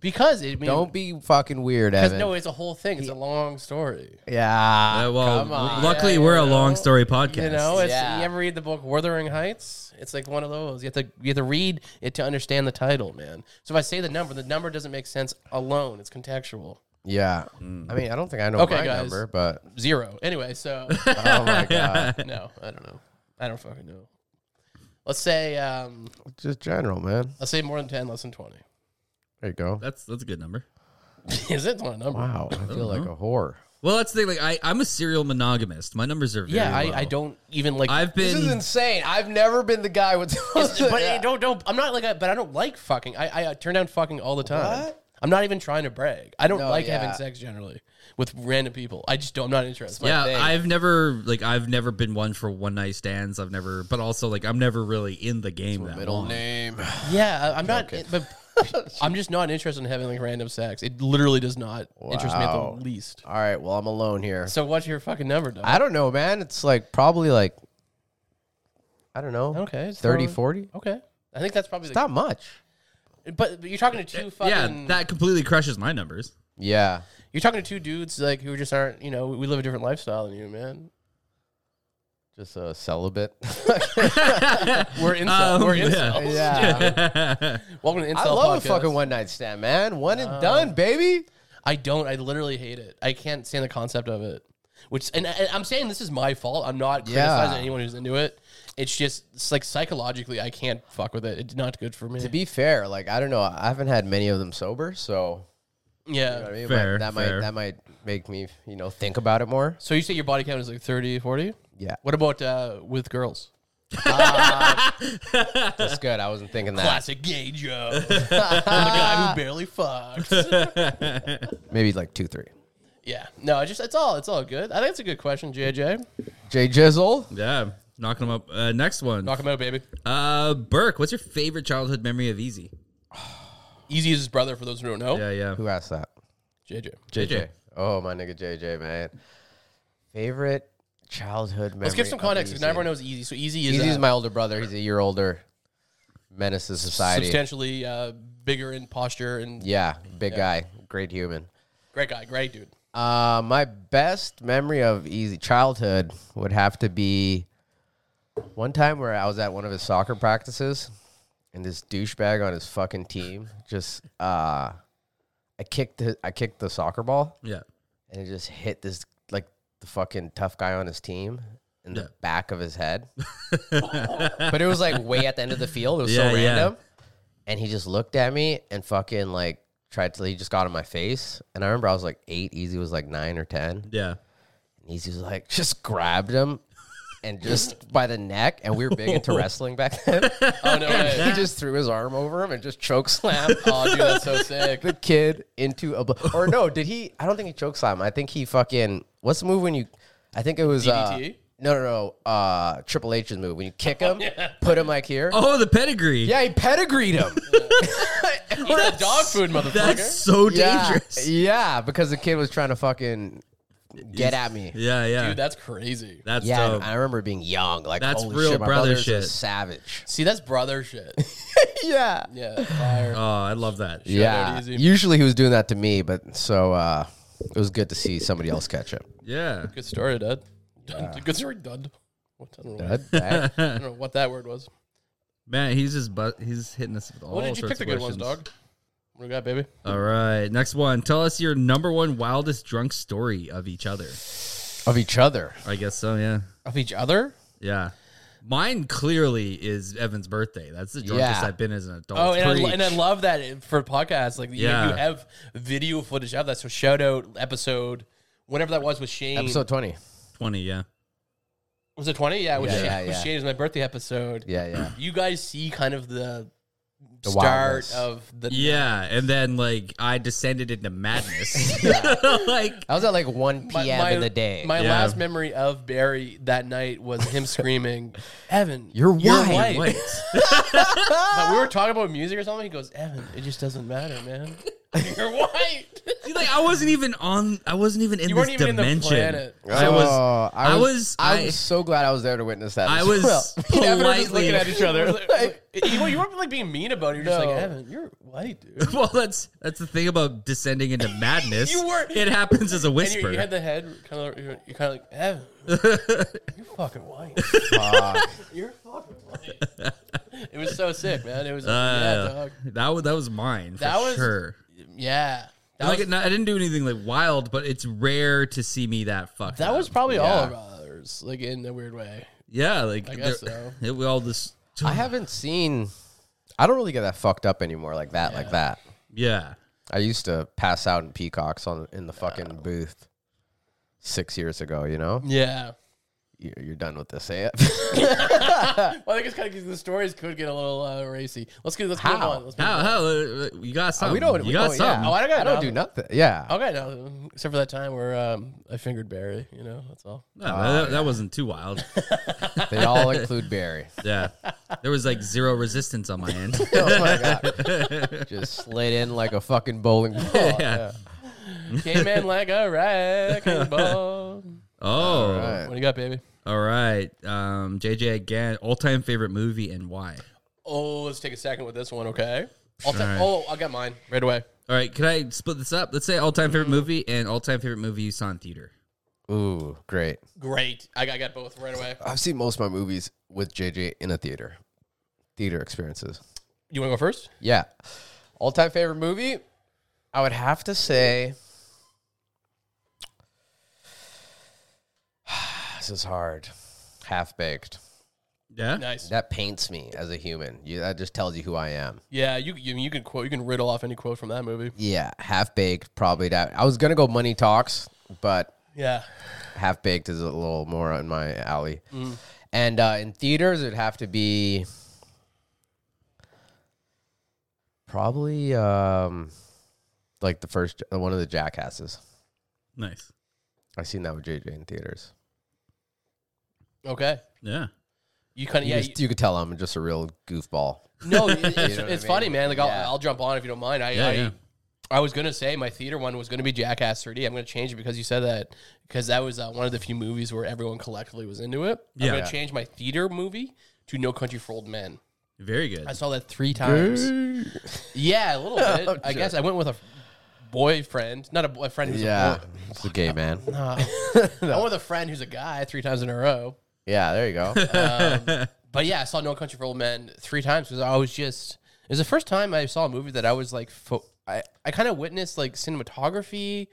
B: Because it mean,
C: Don't be fucking weird,
B: Because
C: Evan.
B: no, it's a whole thing. It's a long story.
C: yeah.
A: Uh, well,
C: Come on.
A: luckily
B: Yeah,
A: we're
B: you
A: a long
B: know.
A: story podcast.
B: You know, it's,
C: Yeah.
B: you ever read the book Wuthering Heights? It's like one of those. You have to you have to read it to understand the title, man. So if I say the number, the number doesn't make sense alone. It's contextual.
C: Yeah. I mean, I don't think I know
B: Okay,
C: my
B: guys.
C: number, but
B: Zero. Anyway, so
C: <laughs> oh my god,
B: <laughs> no, I don't know. I don't fucking know. Let's say um,
C: just general, man.
B: let's say more than ten, less than twenty. <laughs>
C: There you go.
A: that's that's a good number.
B: Is it not a number?
C: Wow, I feel like
B: Mm-hmm.
C: a whore.
A: Well, that's the thing. Like, I, I'm a serial monogamist. My numbers are very
B: Yeah,
A: low.
B: I, I don't even like.
A: I've
C: This
A: been.
C: is insane. I've never been the guy with.
B: <laughs> but
C: Yeah. <laughs>
B: don't don't. I'm not like. I, but I don't like fucking. I, I uh, turn down fucking all the time.
C: What?
B: I'm not even trying to brag. I don't
C: No,
B: like
C: yeah.
B: having sex generally with random people. I just don't. I'm not interested.
A: yeah,
C: thing.
A: I've never like I've never been one for one night stands. I've never, but also like I'm never really in the game that
C: middle
A: long.
C: name.
B: Yeah, I- I'm not.
C: <laughs>
B: But I'm just not interested in having like random sex. It literally does not interest me at the
C: Wow.
B: least.
C: All right. Well, I'm alone here.
B: So what's your fucking number, Doug?
C: I don't know, man. It's like probably like I don't know.
B: Okay, it's
C: 30,
B: probably-
C: 40?
B: Okay, I think that's probably.
C: It's not much.
B: The, but, but you're talking to two fucking.
A: Yeah, that completely crushes my <laughs> numbers.
C: Yeah.
B: you're talking to two dudes like who just aren't. You know, we live a different lifestyle than you, man.
C: Just
B: <laughs>
C: a celibate. <laughs>
B: We're incel.
A: Um, <laughs>
B: we're
A: yeah.
B: incels.
C: yeah.
B: Welcome to incel
C: Oh, <laughs> I love
B: podcast.
C: a fucking one night stand, man. One and done, baby.
B: I don't. I literally hate it. I can't stand the concept of it. Which and, I I'm saying this is my fault. I'm not
C: Yeah.
B: criticizing anyone who's into it. It's just it's like psychologically, I can't fuck with it. It's not good for me.
C: To be fair, like I don't know, I haven't had many of them sober, so you know
B: yeah.
C: what I mean?
A: Fair,
C: But that
A: fair.
C: might that might make me, you know, think about it more.
B: So you say your body count is like 30, 40?
C: <laughs> Yeah.
B: What about uh, with girls?
C: That's good. I wasn't thinking that.
B: Classic gay Joe.
C: <laughs>
B: I'm the guy who barely fucks.
C: Maybe like two, three.
B: yeah. No, it's just it's all it's all good. I think it's a good question, JJ.
C: Jay Jizzle.
A: Yeah, knocking them up. Uh, next one,
B: Knock him out, baby.
A: uh, Burke. What's your favorite childhood memory of Easy?
B: Easy is his brother for those who don't know.
A: Yeah, yeah,
C: Who asked that?
B: JJ.
A: JJ.
C: Oh, my nigga JJ, man. Favorite childhood memory.
B: Let's give some
C: of
B: context because
C: Easy?
B: not everyone knows Easy. So Easy is
C: He's, he's
B: uh,
C: my older brother. He's a year older. Menace to society.
B: substantially uh, bigger in posture and
C: yeah, big guy, great human.
B: great guy,
A: <laughs>
B: great dude.
C: Uh, my best memory of easy childhood would have to be one time where I was at one of his soccer practices, and this douchebag on his fucking team just uh, I kicked the I kicked the soccer ball,
A: Yeah.
C: and it just hit this like the fucking tough guy on his team, in the back of
A: <laughs>
C: his head. but it was like way at the end of the field. It was
A: Yeah,
C: so
A: yeah.
C: random. And he just looked at me and fucking like tried to, he just got in my face. And I remember I was like eight, Easy was like nine or 10.
A: Yeah.
C: And Easy was like, just grabbed him
B: <laughs>
C: and just by the neck. And we were big into wrestling back then.
B: Oh no way.
C: he just threw his arm over him and just choke slammed
B: <laughs> Oh dude, that's
C: <laughs>
B: so sick.
C: the kid into a. bl- Or no, did he? I don't think he choke slammed. I think he fucking. What's the move when you. I think it was. Uh,
B: DDT?
C: no, no, no. Uh, Triple H's move. When you
B: <laughs>
C: kick him, put him like here.
A: Oh, the pedigree.
C: Yeah, he pedigreed
B: <laughs>
C: him.
B: Eat that dog food,
A: That's
B: motherfucker.
A: so
C: yeah.
A: dangerous.
C: Yeah, because the kid was trying to fucking get at me.
A: Yeah, yeah.
B: Dude, that's crazy.
A: that's
C: Yeah, and
A: dope.
C: I remember being young. Like,
A: That's
C: holy
A: real
C: shit, my
A: brother
C: brother's a
A: shit.
C: savage.
B: See, that's brother shit.
C: Yeah.
A: <laughs>
B: Yeah, fire.
A: oh, I love that.
C: Yeah.
B: easy.
C: Usually he was doing that to me, but so uh, it was good to see somebody else
A: <laughs>
C: catch him.
A: Yeah.
B: Good story, Dud. Dud. Good story, Dud. What, I, don't know,
C: That- that-
B: I don't know what that word was.
A: Man, he's just bu- he's hitting us with all
B: What did you
A: sorts
B: pick the
A: of
B: good
A: questions.
B: ones, dog? What do we got, baby?
A: All right, next one. Tell us your number one wildest drunk story of each other.
C: of each other.
A: I guess so. Yeah,
B: Of each other?
A: yeah. Mine clearly is Evan's birthday. That's the drunkest
C: Yeah.
A: I've been as an adult.
B: Oh, and I, lo-
A: Preach.
B: and I love that it- for podcasts. Like, you- you,
A: Yeah.
B: have video footage of that. So, shout out episode, whatever that was with Shane.
C: Episode 20.
A: twenty. Yeah,
B: was it 20? Yeah, with
C: Yeah,
B: Shane.
C: yeah,
B: With
C: yeah.
B: Shane it was my birthday episode.
C: Yeah, yeah.
B: You guys see kind of the,
C: The
B: start
C: wildness.
B: of the.
A: yeah. And then like I descended into
B: <laughs>
A: madness. <laughs> like
C: I was at like 1 p.m.
B: My- my-
C: in the day.
B: My
A: Yeah.
B: last memory of Barry that night was him screaming, "Evan,
C: <laughs> You're white."
B: white."
A: wait.
B: But we were talking about music or something. He goes, "Evan, it just doesn't matter,
C: <laughs>
B: man. You're white."
A: See, <laughs> like I wasn't even on. I wasn't even in
B: You
A: this
B: weren't even in the
A: dimension.
B: planet.
A: I was.
C: Oh,
A: I was.
C: I
A: I-
C: was so glad I was there to witness that. <laughs>
A: I
C: as
A: was
C: well.
B: <laughs>
A: politely
B: other. <laughs> like, you, you weren't like being mean about it. You're just
C: No.
B: like, "Evan, you're white,
A: <laughs>
B: dude."
A: Well, that's that's the thing about descending into madness.
B: You were-
A: It happens as a
B: And you,
A: whisper.
B: you had the head kind of. You're, you're kind of like, "Evan, you're fucking white. <laughs> You're fucking white." It was so sick, man. It was yeah,
A: Uh,
B: dog.
A: that was that was mine. For
B: That was-
A: sure.
B: yeah. That
A: like
B: was,
A: no, I didn't do anything like wild, but it's rare to see me that fucked.
B: that
A: up.
B: was probably all
C: Yeah.
B: of ours, like in a weird way.
A: yeah, like I
B: guess so.
A: It, we all this.
C: I haven't seen. I don't really get that fucked up anymore like that, like that.
A: yeah.
C: I used to pass out in peacocks on in the fucking booth six years ago. You know,
B: Yeah.
C: you're, you're done with this <laughs> AF.
B: Well, I think it's kind of because the stories could get a little uh, racy. Let's get let's move
C: How?
B: on. Let's move
A: How, how uh, you got something?
C: we don't.
A: You
C: we
A: got
C: don't-
A: something?
C: Yeah.
B: Oh, I got
C: I don't
B: nothing.
C: do nothing. Yeah. <laughs>
B: on. Okay, no, except for that time where um, I fingered Barry. You know, that's all.
A: No, that, that wasn't too wild.
C: They all include Barry.
A: Yeah, there was like zero resistance on my end.
C: <laughs> Oh my god! <laughs> Just slid in like a fucking bowling <laughs> ball.
A: yeah.
B: Came in like a wrecking ball.
A: Oh,
B: What do you got, baby?
A: all right. Um, JJ again. All time favorite movie and why?
B: Oh, let's take a second with this one, okay? I'll ta-
A: All right.
B: Oh, I got mine right away.
A: All right, could I split this up? Let's say all time favorite movie and all time favorite movie you saw in theater.
C: Ooh, great.
B: Great, I got, I got both right away.
C: I've seen most of my movies with JJ in a theater. Theater experiences.
B: You want to go first?
C: Yeah. All time favorite movie? I would have to say. <sighs> this is hard. Half baked.
A: Yeah.
B: Nice.
C: That paints me as a human. You, that just tells you who I am.
B: Yeah, you you, you can quote, you can riddle off any quote from that movie.
C: Yeah. Half baked, probably that. I was going to go Money Talks, but
B: Yeah,
C: Half Baked is a little more in my alley. And uh, in theaters, it'd have to be probably um, like the first uh, one of the Jackasses.
A: Nice.
C: I seen that with JJ in theaters.
B: okay.
A: Yeah.
B: You kind of
C: You,
B: yeah.
C: just, you could tell I'm just a real goofball.
B: you- no, it- it's,
C: know what I
B: it's
C: mean?
B: funny, man. Like I'll,
C: Yeah.
B: I'll jump on if you don't mind. I
A: Yeah,
B: I,
A: yeah.
B: I was gonna say my theater one was gonna be Jackass 3D. I'm gonna change it because you said that because that was uh, one of the few movies where everyone collectively was into it. I'm
A: Yeah.
B: gonna change my theater movie to No Country for Old Men.
A: Very good.
B: I saw that three times. yeah, a little bit. I guess I went with a boyfriend, not a boyfriend who's
C: Yeah,
B: a
C: <laughs>
B: boy.
C: it's a gay man.
B: I went with a friend who's a guy three times in a row.
C: Yeah, there you go.
B: But yeah, I saw No Country for Old Men three times because I was just. It was the first time I saw a movie that I was like, fo- I, I kind of witnessed like cinematography.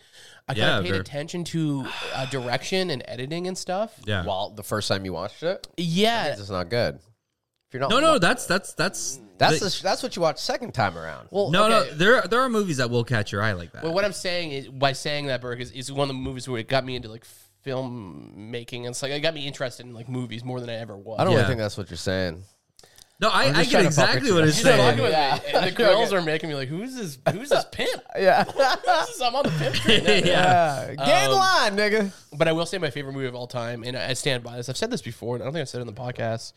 B: I kind
A: Yeah,
B: of paid
A: very-
B: attention to uh, direction and editing and stuff.
A: Yeah.
C: While the first time you watched it,
B: Yeah.
C: it's not good. If you're not
A: No, no, that's that's that's
C: that's
A: the-
C: the, that's what you watch second time around.
B: Well,
A: no,
B: okay.
A: no. There there are movies that will catch your eye like that.
B: But what I'm saying is, by saying that, Burke, is, is one of the movies where it got me into like filmmaking. And it's like it got me interested in like movies more than I ever was.
C: I don't
A: Yeah.
C: really think that's what you're saying.
A: no, I, I get
C: just trying to fuck
A: exactly
C: with
A: what
C: you.
A: it's
B: She's not
A: saying.
B: talking with me. And the girls are making me like, who's this? Who's this pimp? <laughs>
C: Yeah.
B: Who's this- I'm on the pimp train. now.
A: <laughs> yeah.
C: Get in line, nigga.
B: But I will say my favorite movie of all time, and I I stand by this. I've said this before, and I don't think I said it on the podcast.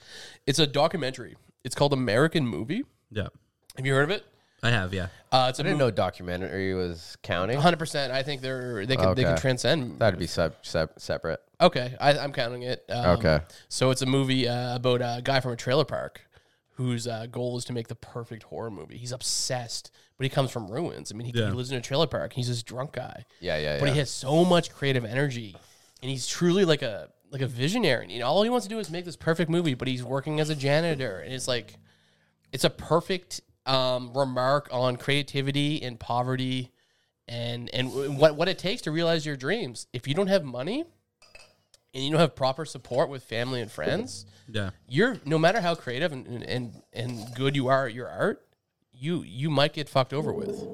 B: It's a documentary. It's called American Movie.
A: Yeah.
B: Have you heard of it?
A: I have, yeah.
B: Uh, it's a
C: I
B: movie.
C: didn't know documentary was counting.
B: 100%. I think they're they can they can
C: Okay.
B: transcend.
C: That'd be sep- sep- separate.
B: okay, I, I'm counting it. Um,
C: Okay.
B: So it's a movie uh, about a guy from a trailer park whose uh, goal is to make the perfect horror movie. He's obsessed, but he comes from ruins. I mean, he,
A: Yeah.
B: he lives in a trailer park. He's this drunk guy.
C: Yeah, yeah,
B: But
C: yeah.
B: he has so much creative energy, and he's truly like a like a visionary. And you know, all he wants to do is make this perfect movie. But he's working as a janitor, and it's like it's a perfect um, remark on creativity and poverty, and and w- what what it takes to realize your dreams. If you don't have money, and you don't have proper support with family and friends,
A: Yeah.
B: you're no matter how creative and and- and and good you are at your art, you you might get fucked over with.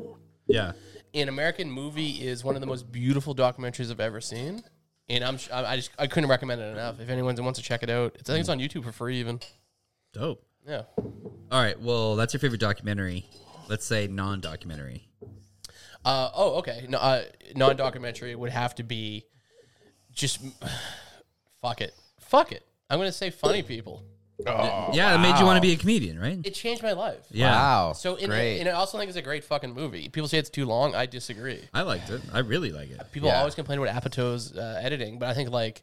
A: Yeah.
B: An American movie is one of the most beautiful documentaries I've ever seen, and I'm sh- I I just I couldn't recommend it enough. If anyone wants to check it out, it's, I think it's on YouTube for free even.
A: Dope.
B: Yeah.
A: All right. Well, that's your favorite documentary. Let's say non documentary.
B: Uh, oh, okay. No, uh, non documentary would have to be just <sighs> fuck it, fuck it. I'm gonna say funny people.
A: yeah, it made you want to be a comedian, right?
B: It changed my life.
A: yeah.
C: Wow.
B: So in
C: great.
B: and I also think it's a great fucking movie. People say it's too long. I disagree.
A: I liked it. I really like it.
B: People
C: Yeah.
B: always complain about Apatow's uh, editing, but I think like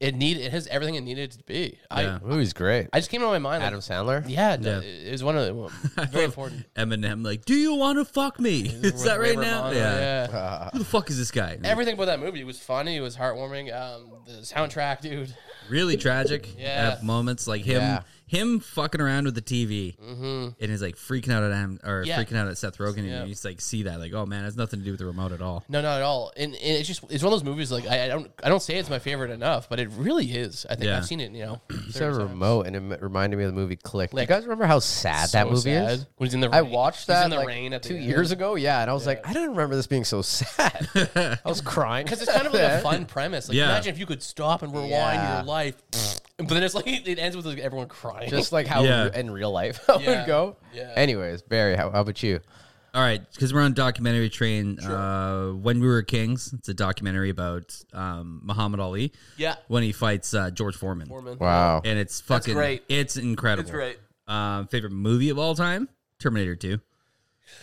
B: it need it has everything it needed to be.
A: Yeah.
C: The movie's great.
B: I I just came to my mind. Like,
C: Adam Sandler.
B: yeah, no,
A: Yeah.
B: it was one of
A: <laughs>
B: the well, very important.
A: Eminem, like, do you want to fuck me? Is that right
B: Ray
A: now?
B: Romano,
A: Yeah. Who the fuck is this guy?
B: Everything about that movie was funny. It was heartwarming. Um, the soundtrack, dude.
A: really tragic
B: Yeah.
A: at moments like him
C: Yeah.
A: him fucking around with the TV and he's like freaking out at him or
B: Yeah.
A: freaking out at Seth Rogen
B: Yeah.
A: and you just like see that like oh man it has nothing to do with the remote at all
B: No, not at all. And, and it's just it's one of those movies like I, I don't I don't say it's my favorite enough, but it really is. I think
A: Yeah.
B: I've seen it. You
A: <clears throat>
B: know,
C: You said remote, and it m- reminded me of the movie Click. Do you guys remember how sad
B: So
C: that movie is?
B: sad. When he's in the
C: I
B: rain-
C: watched
B: he's
C: that
B: in the
C: like,
B: rain at the
C: two
B: end.
C: years ago. Yeah, and I was like, I didn't remember this being so
B: <laughs>
C: sad. I was crying
B: because it's kind of like
C: <laughs>
B: a fun premise. Like
A: Yeah.
B: imagine if you could stop and rewind
C: Yeah.
B: your life, <laughs> but then it's like it ends with like, everyone crying.
C: just like how
A: Yeah.
C: re- in real life <laughs> I
B: Yeah.
C: would go.
B: Yeah.
C: Anyways, Barry, how, how about you?
A: all right because we're on documentary train uh, when we were kings it's a documentary about um, Muhammad Ali
B: <laughs> Yeah.
A: when he fights uh, George Foreman
B: Foreman.
C: Wow.
A: and it's fucking
B: great.
A: it's incredible
B: It's great.
A: um, favorite movie of all time Terminator Two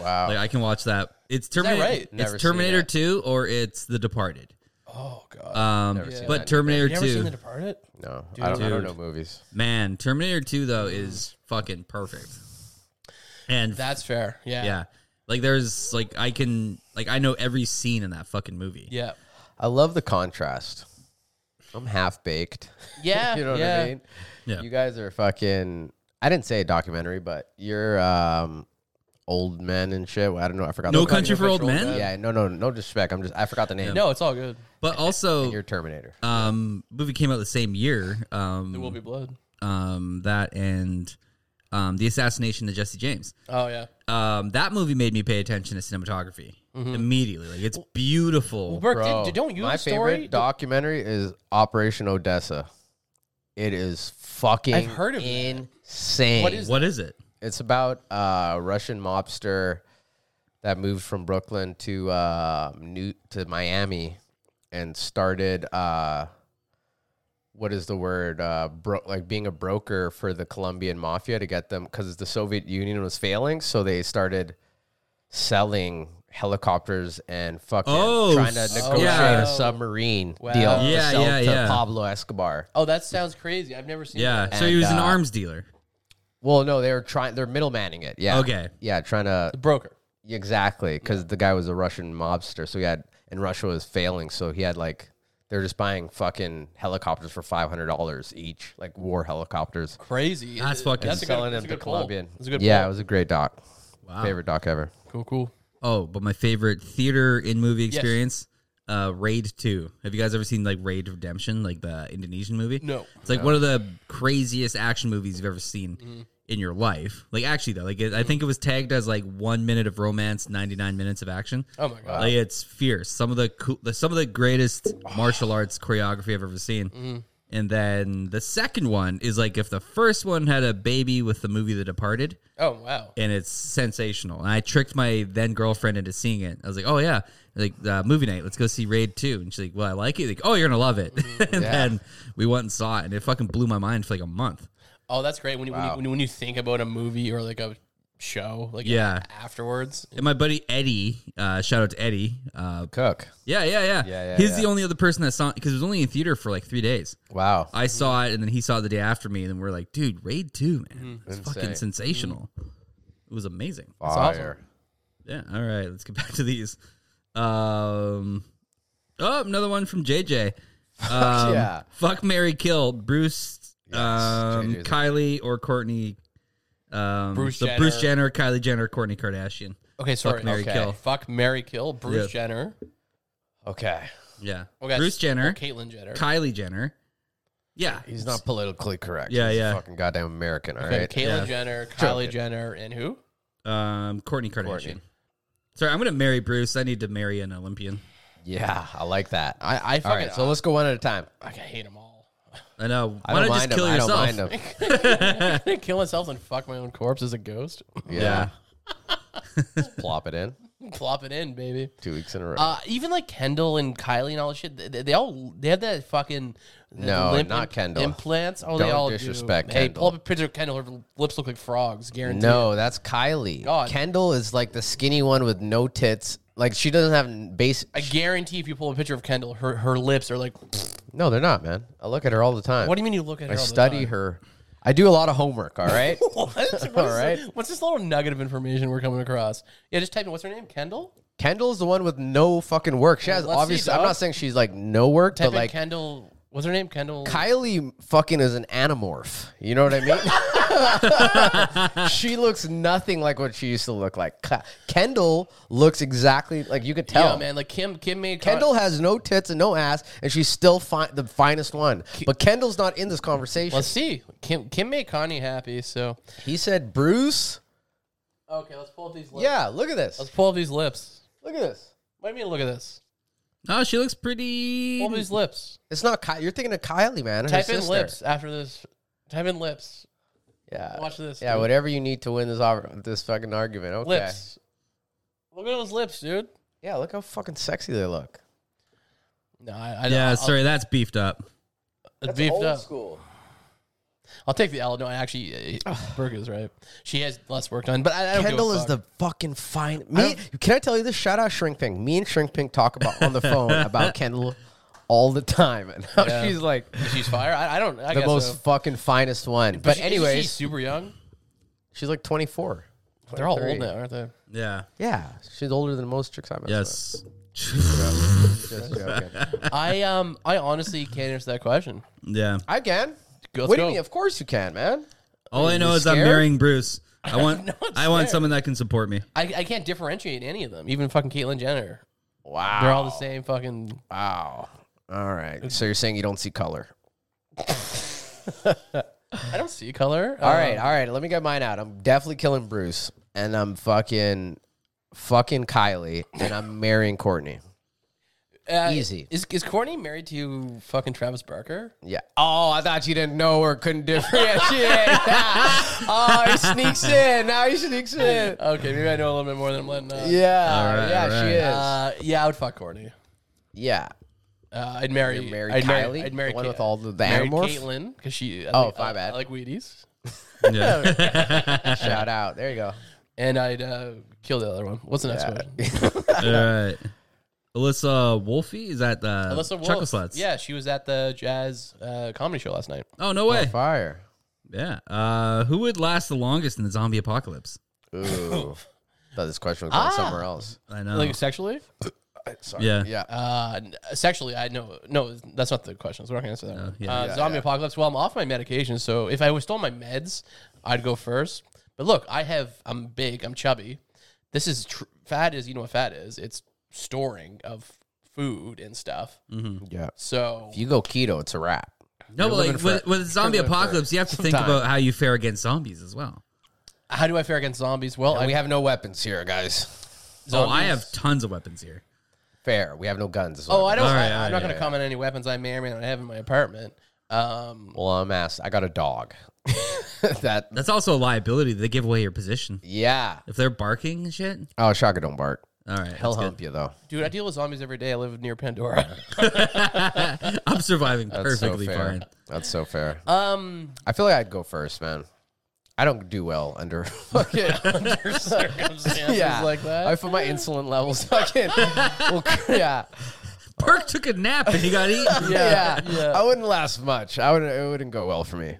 C: Wow.
A: like I can watch that it's Terminator
B: Oh. right?
C: Never seen
A: it's Terminator
C: that.
A: Two or it's The Departed
B: Oh god.
A: um, but Terminator
B: you ever
A: Two
B: seen The Departed?
C: no, I don't, I
A: Dude.
C: don't know movies.
A: Man, Terminator 2 though
B: Mm.
A: is fucking perfect. And
B: That's fair. Yeah.
A: yeah. Like there's like I can like I know every scene in that fucking movie.
C: <laughs>
B: Yeah.
C: I love the contrast. I'm half baked. <laughs>
B: <laughs> Yeah.
C: you know
B: yeah.
C: what I mean?
A: Yeah.
C: You guys are fucking. I didn't say a documentary, but you're um, old men and shit. Well, I don't know. I forgot.
A: No
C: the
A: Country for Old Men.
C: Yeah, no, no, no disrespect. I'm just. I forgot the name.
B: No, it's all good.
A: But also
C: You're Terminator.
A: um movie came out the same year. Um
B: There will be blood.
A: um that and um the assassination of Jesse James.
B: Oh yeah.
A: Um that movie made me pay attention to cinematography immediately. Like it's beautiful.
B: Burke, did-
C: Bro,
B: did- don't you
C: my
B: have a story?
C: favorite documentary is Operation Odessa. It is fucking.
B: I've heard of that.
C: insane.
B: What is-
A: what is it?
C: It's about a Russian mobster that moved from Brooklyn to uh, New to Miami and started uh, what is the word uh, bro- like being a broker for the Colombian mafia to get them because the Soviet Union was failing, so they started selling helicopters and fucking
A: Oh,
C: trying to
A: s-
C: negotiate
A: yeah.
C: a submarine
B: Wow.
C: deal to
A: Yeah,
C: sell
A: yeah,
C: to
A: yeah.
C: Pablo Escobar.
B: Oh, that sounds crazy. I've never seen
A: Yeah.
B: that.
A: so he was an
C: uh,
A: arms dealer.
C: Well, no, they were trying. They're middlemanning it. Yeah.
A: Okay.
C: Yeah, trying to
B: Broker.
C: Exactly, because the guy was a Russian mobster, so he had, and Russia was failing, so he had like, they were just buying fucking helicopters for five hundred dollars each, like war helicopters.
B: Crazy.
A: That's fucking
B: that's a good-
C: Selling
B: that's
C: them
B: a
C: to
B: good poll.
C: Colombian.
B: That's a good
C: yeah,
B: poll.
C: it was a great doc.
A: Wow.
C: Favorite doc ever.
B: Cool, cool.
A: Oh, but my favorite theater in movie
B: Yes.
A: experience, uh, Raid Two. Have you guys ever seen like Raid Redemption, like the Indonesian movie?
B: No. Mm-hmm.
A: It's like one of the craziest action movies you've ever seen in your life. Like actually though, like it, I think it was tagged as like one minute of romance, ninety nine minutes of action.
B: Oh my god.
A: Like it's fierce. Some of the cool, the- some of the
B: <sighs>
A: greatest martial arts choreography I've ever seen.
B: Mm-hmm.
A: And then the second one is like if the first one had a baby with the movie The Departed,
B: Oh wow.
A: and it's sensational. And I tricked my then girlfriend into seeing it. I was like, "Oh yeah, like uh, movie night, let's go see Raid 2. And she's like, "Well, I like it." Like, "Oh, you're gonna love it."
C: Mm-hmm.
A: <laughs> and then we went and saw it, and it fucking blew my mind for like a month.
B: Oh, that's great. When you, when, you, when you think about a movie or like a show, like
A: Yeah.
B: a- afterwards.
A: And my buddy Eddie, uh, shout out to Eddie. Uh,
C: Cook.
A: yeah, yeah, yeah.
C: Yeah, yeah,
A: He's
C: yeah.
A: the only other person that saw it because it was only in theater for like three days.
C: Wow.
A: I saw it, and then he saw it the day after me, and then we're like, "Dude, Raid 2, man, it's fucking
C: Mm-hmm. Insane. Mm-hmm.
A: sensational." It was amazing.
B: awesome.
C: Fire.
A: Yeah. All right. Let's get <laughs> back to these. Um. Oh, another one from JJ. Um,
C: <laughs> yeah.
A: Fuck Mary Kill Bruce, um,
C: JJ's a-
A: Kylie or Courtney. Um,
B: Bruce
A: the
B: Jenner.
A: Bruce Jenner, Kylie Jenner, Courtney Kardashian.
B: Okay, sorry.
A: Mary
B: okay.
A: Kill.
B: Fuck Mary Kill. Bruce
A: Yeah.
B: Jenner.
C: Okay.
A: Yeah.
B: Okay.
A: Bruce Jenner,
B: Caitlyn Jenner.
A: Kylie Jenner. Yeah.
C: He's not politically correct.
A: Yeah,
C: He's a
A: yeah.
C: fucking goddamn American. All
B: okay,
C: right.
B: Caitlyn
A: Yeah.
B: Jenner, Kylie Jenner, and who?
A: Um, Courtney Kardashian.
C: Courtney.
A: Sorry, I'm gonna marry Bruce. I need to marry an Olympian.
C: Yeah, I like that.
B: I, I fucking
C: All right, so let's go one at a time.
B: I, I hate them all.
A: I know.
C: I
A: Why
C: don't
A: not just
C: mind
A: kill
C: him.
A: yourself?
C: I don't mind him.
B: <laughs> I'm gonna kill myself and fuck my own corpse as a ghost. <laughs>
A: Yeah.
C: Yeah. Plop it in.
B: Plop it in, baby.
C: Two weeks in a row.
B: Uh, even like Kendall and Kylie and all this shit, they, they- they all they have that fucking
C: No,
B: lip
C: not
B: imp-
C: Kendall.
B: implants. Oh, they
C: Don't
B: all
C: disrespect
B: do. Hey, pull
C: Kendall.
B: up a picture of Kendall. Her lips look like frogs. Guaranteed.
C: no, that's Kylie.
B: God.
C: Kendall is like the skinny one with no tits. Like she doesn't have n- base.
B: I guarantee if you pull a picture of Kendall, her her lips are like.
C: No, they're not, man. I look at her all the time.
B: What do you mean you look at her?
C: I
B: all the
C: study
B: time? <laughs>
C: her. I do a lot of homework. All right.
B: What? What's
C: <laughs> All
B: this-
C: right.
B: What's this little nugget of information we're coming across? Yeah, just type in what's her name, Kendall.
C: Kendall's the one with no fucking work. She has
B: Let's see,
C: obviously. I'm
B: dog.
C: not saying she's like no work,
B: Type
C: but like
B: in Kendall. What's her name, Kendall?
C: Kylie fucking is an anamorph. You know what I
B: <laughs>
C: mean? <laughs> she looks nothing like what she used to look like. Ka- Kendall looks exactly like you could tell.
B: yeah, man. Like Kim. Kim made
C: Kendall has no tits and no ass, and she's still fi- the finest one. But Kendall's not in this conversation.
B: Let's see. Kim Kim made Kanye happy. So
C: he said, "Bruce,
B: okay, let's pull up these. Lips.
C: yeah, look at this.
B: let's pull up these lips.
C: Look at this.
B: Wait a minute. Look at this.
A: Oh, she looks pretty.
B: Pull up these lips.
C: It's not Ky- you're thinking of Kylie, man. her
B: Type in
C: sister.
B: lips after this. Type in lips.
C: Yeah,
B: Watch this.
C: yeah.
B: dude.
C: Whatever you need to win this op- this fucking argument. Okay.
B: Lips. Look at those lips, dude.
C: Yeah, look how fucking sexy they look.
B: No, I, I
A: Yeah,
B: I'll-
A: sorry, that's beefed up.
B: I'll beefed up.
C: school.
B: I'll take the L. No, I actually, <sighs> uh, Burga's right. She has less work done, but I, I don't
C: Kendall
B: give a
C: is
B: fuck.
C: the fucking fine. Me, can I tell you this? Shout out Shrink Pink. Me and Shrink Pink talk about on
B: <laughs>
C: the phone about Kendall all the time, and how
B: Yeah.
C: she's like
B: She's fire. I, I don't. <laughs> I
C: the
B: guess
C: most
B: so.
C: fucking finest one. But,
B: She-
C: anyways,
B: she's super young.
C: she's like 24.
B: They're all old
C: 23.
B: now, aren't <laughs> they?
A: Yeah.
C: Yeah, she's older than most chicks I've met.
A: Yes.
C: Just joking. <laughs>
B: I um, I honestly can't answer that question.
A: Yeah.
C: I can.
B: Go- let's
C: what do
B: go.
C: you mean? Of course you can, man.
A: All I know is I'm
C: scared?
A: marrying
B: <laughs>
A: Bruce. I want
B: No, I'm
A: I want
B: scared.
A: someone that can support
B: <laughs>
A: me.
B: I, I can't differentiate any of them. Even fucking Caitlyn Jenner.
C: Wow.
B: They're all the same. Fucking.
C: Wow. All right. So you're saying you don't see color?
B: I don't see color. Uh,
C: All right, all right. Let me get mine out. I'm definitely killing Bruce, and I'm fucking, fucking Kylie, and <laughs> I'm marrying Courtney.
B: Uh,
C: Easy.
B: Is is Courtney married to fucking Travis
C: <laughs>
B: Barker?
C: Yeah. Oh, I thought you didn't know or couldn't differentiate. <laughs> oh, he sneaks in. Now he sneaks in.
B: <laughs> Okay, maybe I know a little bit more than I'm letting on.
C: <laughs> Yeah.
A: All right,
C: yeah,
A: all right.
C: she is.
B: Uh, yeah, I would fuck Courtney.
C: yeah.
B: Uh, I'd marry.
C: marry
B: I'd Marry,
C: Kylie?
B: I'd marry
C: The one
B: Ka-
C: with all the- the
B: marry
C: animorph?
B: Caitlyn because she. I
C: Oh,
B: like,
C: my
B: I-
C: bad.
B: I like Wheaties,
A: Yeah.
C: Shout out. There you go.
B: and I'd uh, kill the other one. What's the next question?
C: <laughs>
A: All right. Alyssa Wolfie is uh, at the
B: Alyssa Wolf.
A: Chuckle Sluts.
B: Yeah, she was at the jazz uh, comedy show last night.
A: Oh no way.
C: Fire.
A: Yeah. Uh, who would last the longest in the zombie apocalypse?
C: Ooh. <laughs> Ah. Thought this question was going somewhere else.
A: I know.
B: Like sexually?
A: yeah.
C: Yeah.
B: Uh, n- sexually, I know. No, that's not the question. So we're not gonna answer that. one.
A: yeah.
B: uh, zombie apocalypse. Well, I'm off my medication, so if I was still on my meds, I'd go first. But look, I have. I'm big. I'm chubby. This is tr- fat is, you know what fat is? It's storing of food and stuff.
A: Mm.
C: Yeah.
B: So
C: If you go keto, it's a wrap.
A: No, but
C: living
A: like with, with zombie
C: living for
A: apocalypse, you have to
C: some
A: think
C: time.
A: about how you fare against zombies as well.
B: how do I fare against zombies? Well,
C: Oh, And
B: I,
C: we have no weapons here, guys.
A: Oh, I have tons of weapons here.
C: Fair. We have no guns. is what
B: oh,
C: I'm-
B: I don't.
A: All right,
B: I, am
A: all right,
B: not going to comment on any weapons I may or may not have in my apartment. Um,
C: Well, I'm asked. I got a <laughs> dog. that.
A: That's also a liability. They give away your position
C: Yeah.
A: if they're barking and shit.
C: Oh, Shaka don't bark.
A: All right,
C: He'll
A: that's good.
C: hump you though.
B: dude, I deal with zombies every day. I live
A: <laughs>
B: near Pandora.
A: I'm surviving
C: That's
A: perfectly
C: so fair.
A: fine.
C: That's so fair.
B: um,
C: I feel like I'd go first, man. I don't do well under <laughs> fucking
B: under circumstances like
A: <laughs>
B: that.
C: I feel my insulin levels fucking. well,
B: <laughs>
C: yeah,
A: Perk took a nap and he got
C: <laughs>
A: eaten.
C: yeah,
B: yeah.
C: I wouldn't last much. I would. not It wouldn't go well for me.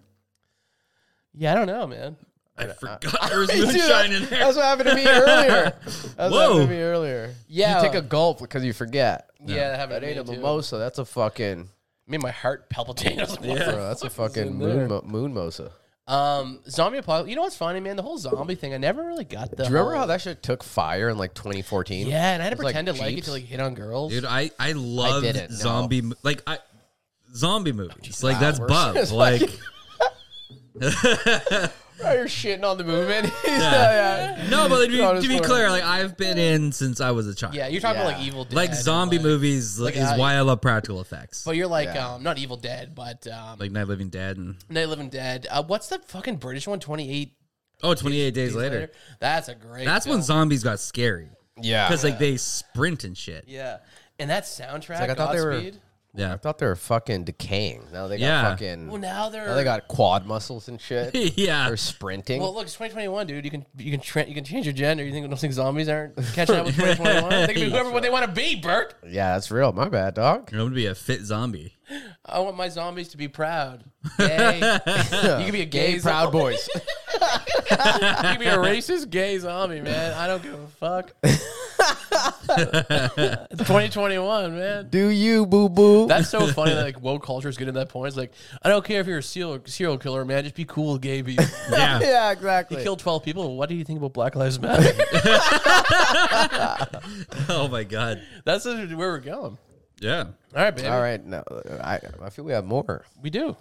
B: yeah, I don't know, man.
A: I forgot there was <laughs>
C: Dude,
A: moonshine in
C: that's,
A: there.
C: that's what happened to
A: <laughs>
C: me earlier. That's what
A: Whoa.
C: happened to me earlier.
B: Yeah.
C: you take a gulp because you forget.
B: Yeah, that happened
C: That
B: to me
C: ain't a
B: too.
C: mimosa. That's a fucking.
B: Me, my heart
C: <laughs>
B: palpitates.
C: Bro, that's a fucking moon mo- moon mosa.
B: Um, zombie apocalypse. You know what's funny, man? The whole zombie thing. I never really got the.
C: Do you remember
B: whole-
C: how that shit took fire in like 2014?
B: Yeah, and I had to
C: was like
B: pretend to like it
C: Jeeps?
B: to like hit on girls.
A: Dude, I I love
C: didn't, no.
A: zombie mo- like I zombie movies. Like that's Bub. Like
C: Oh, you're shitting on the movement. <laughs> yeah.
A: no, but like, to,
C: God,
A: be, to be
C: it's
A: clear, like I've been in since I was a child.
B: yeah, you're talking about
C: Yeah.
B: like Evil Dead.
A: like
B: and,
A: zombie
B: like-
A: movies like, is
B: I-
A: why I love practical effects.
B: But you're like
C: Yeah.
B: um, not Evil Dead, but um, like
A: like Night of the Living Dead and
B: Night of the Living Dead. Uh, what's that fucking British one? Twenty eight
A: oh, 28 Days, later.
B: That's a great.
A: That's when
B: film.
A: zombies got scary
C: Yeah.
A: because like they sprint and shit. Yeah,
B: Yeah, and that soundtrack.
C: like, I thought they were-
B: Godspeed.
A: yeah. <laughs>
C: I thought they were fucking decaying. Now they got
A: Yeah.
C: fucking.
B: Well, now they're.
C: now they got quad muscles and shit. They're sprinting.
B: Well, look, it's 2021, dude. You can you can tra- you can change your gender. You think don't think zombies aren't catching up with 2021? They can be whoever what they want to be, Bert.
C: yeah, that's real. My bad, dog.
A: I'm gonna be a fit zombie. <laughs>
B: I want my zombies to be proud. Gay. you can be a gay,
C: Gay proud
B: zombie.
C: boys.
B: You can be a racist gay zombie, man. I don't give a fuck. It's 2021, man.
C: <laughs> Do you boo boo? <laughs>
B: That's so funny. that, Like woke culture is getting to that point. It's like I don't care if you're a serial serial killer, man. Just be cool, with gay people.
A: Yeah,
C: yeah,
B: You
C: exactly.
B: killed 12 people. What do you think about Black Lives Matter? <laughs>
A: oh my god.
B: That's where we're going.
A: Yeah,
B: All right, baby.
C: All right, no, I, I feel we have more.
B: We do.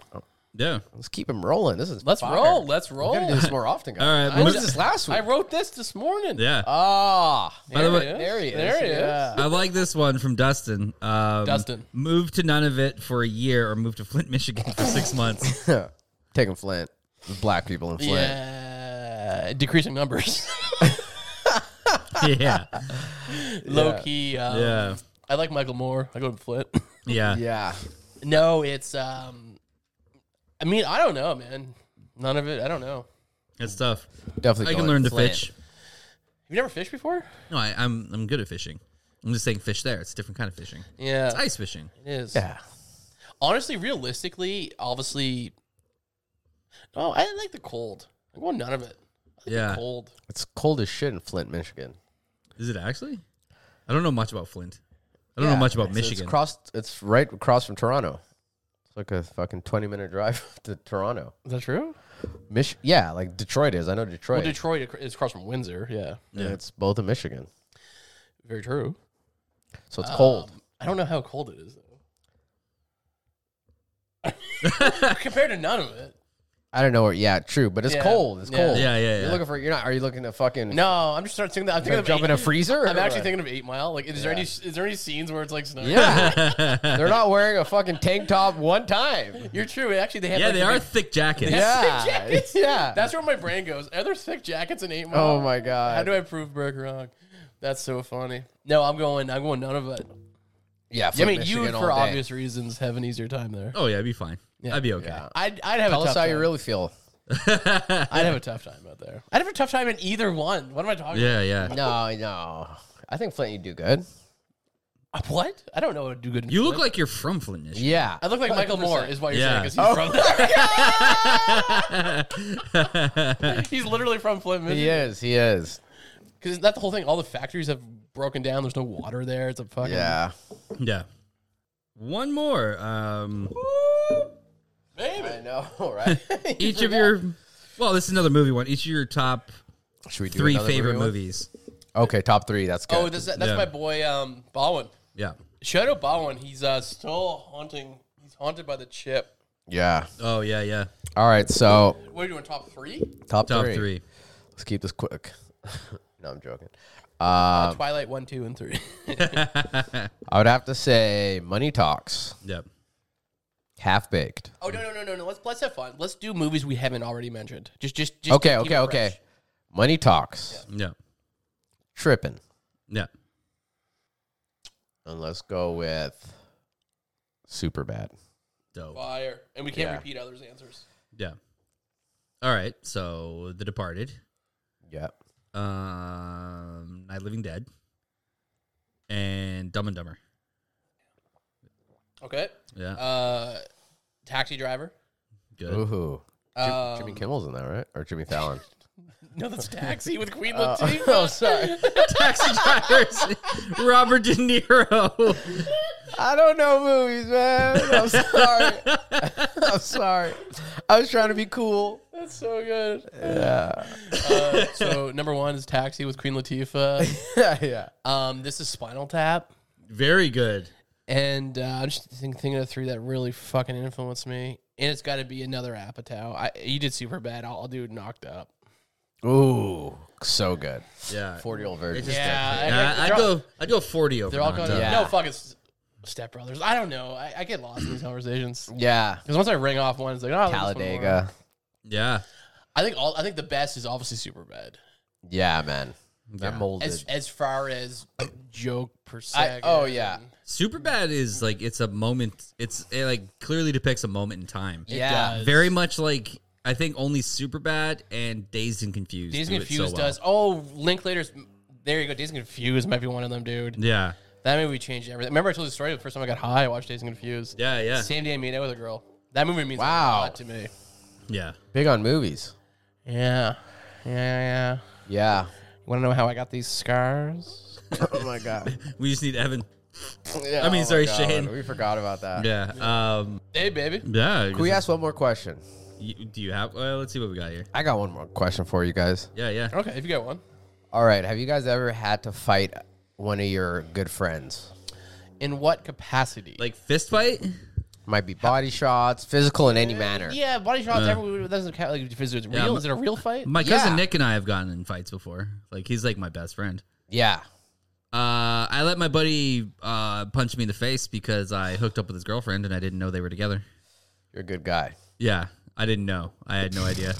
A: yeah.
C: Let's keep them rolling. This is
B: Let's
C: fire.
B: roll. Let's
C: We gotta
B: roll.
C: do this more often, guys.
A: Oh. All right,
C: I
A: well,
C: did this last week.
B: I wrote this this morning.
A: Yeah.
C: Ah,
A: By the
B: There
A: way-
B: it is.
C: there he is.
B: There he is.
C: Yeah.
A: I like this one from Dustin. Um,
B: Dustin.
A: Move to none of it for a year or move to Flint, <laughs> Michigan for six
C: <laughs>
A: months.
C: Taking Flint. There's black people in Flint.
B: Yeah. Decreasing numbers. <laughs>
A: yeah.
B: Low key. Um,
A: Yeah.
B: I like Michael Moore. I go to Flint.
A: Yeah.
C: Yeah.
B: <laughs> no, it's. um I mean, I don't know, man. None of it. I don't know.
A: It's tough.
C: Definitely.
A: I can
C: going
A: learn to
C: Flint.
A: fish.
B: You never fished before?
A: No, I, I'm I'm good at fishing. I'm just saying fish there. It's a different kind of fishing.
B: Yeah,
A: It's ice fishing.
B: it is.
C: Yeah.
B: Honestly, realistically, obviously. No, I like the cold. I want none of it. I like
A: Yeah.
B: The cold.
C: It's cold as shit in Flint, Michigan.
A: Is it actually? I don't know much about Flint. I don't
C: Yeah,
A: know much about
C: it's-
A: Michigan.
C: It's cross. It's right across from Toronto. It's like a fucking twenty minute drive <laughs> to Toronto.
B: Is that true?
C: Mich- yeah, like Detroit is. I know Detroit.
B: Well, Detroit ac- is across from Windsor. Yeah.
C: and It's both in Michigan,
B: Very true.
C: so it's cold.
B: Um, I don't know how cold it is though.
C: <laughs>
B: Compared to none of it.
C: I don't know where. Yeah, true, but it's
B: Yeah,
C: cold. It's
B: yeah.
C: cold.
A: Yeah, yeah, yeah.
C: You're looking for. You're not. Are you looking to fucking
B: No, I'm just starting thinking that. I'm thinking of
C: jump
B: eight,
C: in a freezer?
B: I'm
C: or
B: actually
C: what?
B: thinking of Eight Mile. Like, is there any is there any scenes where it's like snow?
C: Yeah, they're not wearing a fucking tank top one <laughs> time.
B: <laughs> You're true. Actually, they have.
A: yeah,
B: like,
A: they
B: the
A: are
B: big-
A: thick jackets.
C: Yeah,
B: jackets.
C: <laughs> yeah.
B: That's where my brain goes. Are there thick jackets in Eight Mile?
C: oh my
B: How
C: god.
B: do I prove Burke wrong? That's so funny. No, I'm going. I'm going none of it.
C: yeah,
B: I
C: Flint,
B: mean, you
C: Michigan all
B: for
C: day.
B: obvious reasons have an easier time there.
A: Oh yeah, I'd be fine. I'd be okay.
C: Yeah.
B: I'd, I'd have
C: Tell
B: a
C: us
B: tough
C: how
B: time.
C: you really feel.
B: I'd have a tough time out there. I'd have a tough time in either one. What am I talking? about?
A: Yeah, yeah.
C: No, no. I think Flint, you do good.
B: Uh, What? I don't know what to do good. in
A: You look
B: Flint.
A: like you're from Flint, Michigan.
C: Yeah,
B: I look like Michael Moore
C: 100%.
B: is what you're
A: Yeah.
B: saying because he's from there.
C: Oh. <laughs>
A: <laughs>
B: he's literally from Flint,
C: He
B: Michigan.
C: is. He is.
B: Because that's the whole thing. All the factories have broken down. There's no water there. It's a fucking
C: Yeah.
A: Yeah. One more.
C: <laughs>
A: Um,
C: I know, <laughs> right?
A: each of your. Well, this is another movie one. Each of your top
C: Should we do
A: three
C: another
A: favorite
C: movie one?
A: movies.
C: Okay, top three. That's good.
B: Oh, this, that's
A: Yeah.
B: my boy um, Bowen.
A: Yeah.
B: Shadow Bowen. He's uh, still haunting. He's haunted by the chip.
C: yeah.
A: Oh yeah, yeah.
C: All right. So
B: What are you doing? Top three?
C: top,
A: Top
C: three.
A: three.
C: Let's keep this quick. <laughs> no, I'm joking. Uh,
B: Twilight one, two, and three. <laughs>
C: I would have to say Money Talks,
A: Yep.
C: Half Baked.
B: oh no, no, no, no, no. Let's let's have fun. Let's do movies we haven't already mentioned. Just, just, just
C: Okay,
B: keep
C: okay,
B: it
C: okay.
B: fresh.
C: Money Talks,
A: Yep.
C: Tripping.
A: Yep.
C: And let's go with Super Bad.
A: Dope.
B: Fire, and we can't
C: Yeah.
B: repeat others' answers.
A: Yeah. All right. So The Departed,
C: Yep.
A: um, Night of the Living Dead, and Dumb and Dumber.
B: Okay.
A: Yeah.
B: Uh, Taxi Driver.
A: Good.
C: Ooh.
B: Um,
C: Jimmy Kimmel's in that, right? Or Jimmy Fallon?
B: No, that's Taxi with Queen <laughs>
C: Uh,
B: Latifah.
C: oh, sorry.
A: <laughs> Taxi drivers. <laughs> Robert De Niro.
C: <laughs> I don't know movies, man. <laughs> I'm sorry. I'm sorry. I was trying to be cool.
B: That's so good. Uh, so number one is Taxi with Queen Latifah.
C: <laughs> <laughs> yeah, yeah.
B: Um, this is Spinal Tap,
A: Very good.
B: and uh, I'm just think, thinking of three that really fucking influenced me. And it's got to be another Apatow. I you did super bad. I'll, I'll do Knocked Up.
C: Ooh, so good.
A: Yeah.
C: 40 year old virgin.
A: just- Yeah,
B: Yeah,
A: I,
B: they're
A: I
B: all-
A: go. I go forty over.
B: They're all
A: Knocked
B: going.
A: Up.
C: Yeah.
B: No fucking Step Brothers. I don't know. I, I get lost
A: <clears throat>
B: in these conversations
C: yeah.
B: because once I ring off one, it's like oh, this one more.
C: Talladega.
A: Yeah.
B: I think all. I think the best is obviously super bad.
C: Yeah, man.
A: That
C: molded.
B: As as far as joke per
C: I-
B: se.
C: oh, yeah.
A: Superbad is like it's a moment. It's it like clearly depicts a moment in time.
C: yeah.
B: does.
A: Very much like I think only Superbad and Dazed and Confused.
B: Days
A: do it so
B: Confused
A: well.
B: does. Oh, Linklater's. There you go. Days Confused might be one of them, dude.
A: Yeah.
B: That movie changed everything. Remember, I told you the story. The first time I got high, I watched Days Confused.
A: Yeah. Yeah.
B: Same day I meet up with a girl. That movie means
C: Wow.
B: a lot to me.
A: Yeah.
C: Big on movies.
B: Yeah. Yeah. Yeah.
C: Yeah.
B: You want to know how I got these scars?
C: <laughs> oh my <laughs> god.
A: We just need Evan.
C: Yeah, oh
A: I mean,
C: my
A: sorry,
C: God.
A: Shane.
C: We forgot about that.
A: Yeah. Um.
B: Hey, baby.
A: Yeah.
C: Can we ask one more question?
A: you- do you have? Well, let's see what we got here.
C: I got one more question for you guys.
A: Yeah. Yeah.
B: Okay, if you got one.
C: All right. Have you guys ever had to fight one of your good friends?
B: In what capacity?
A: Like fist fight.
C: Might be body shots, physical in any manner.
B: yeah, body shots. everyone, that doesn't count. Like, if it's real,
A: Yeah,
B: is it a real fight?
A: My cousin
C: Yeah.
A: Nick and I have gotten in fights before. Like he's like my best friend.
C: Yeah.
A: Uh, I let my buddy uh, punch me in the face because I hooked up with his girlfriend and I didn't know they were together.
C: You're a good guy.
A: Yeah, I didn't know. I had no idea.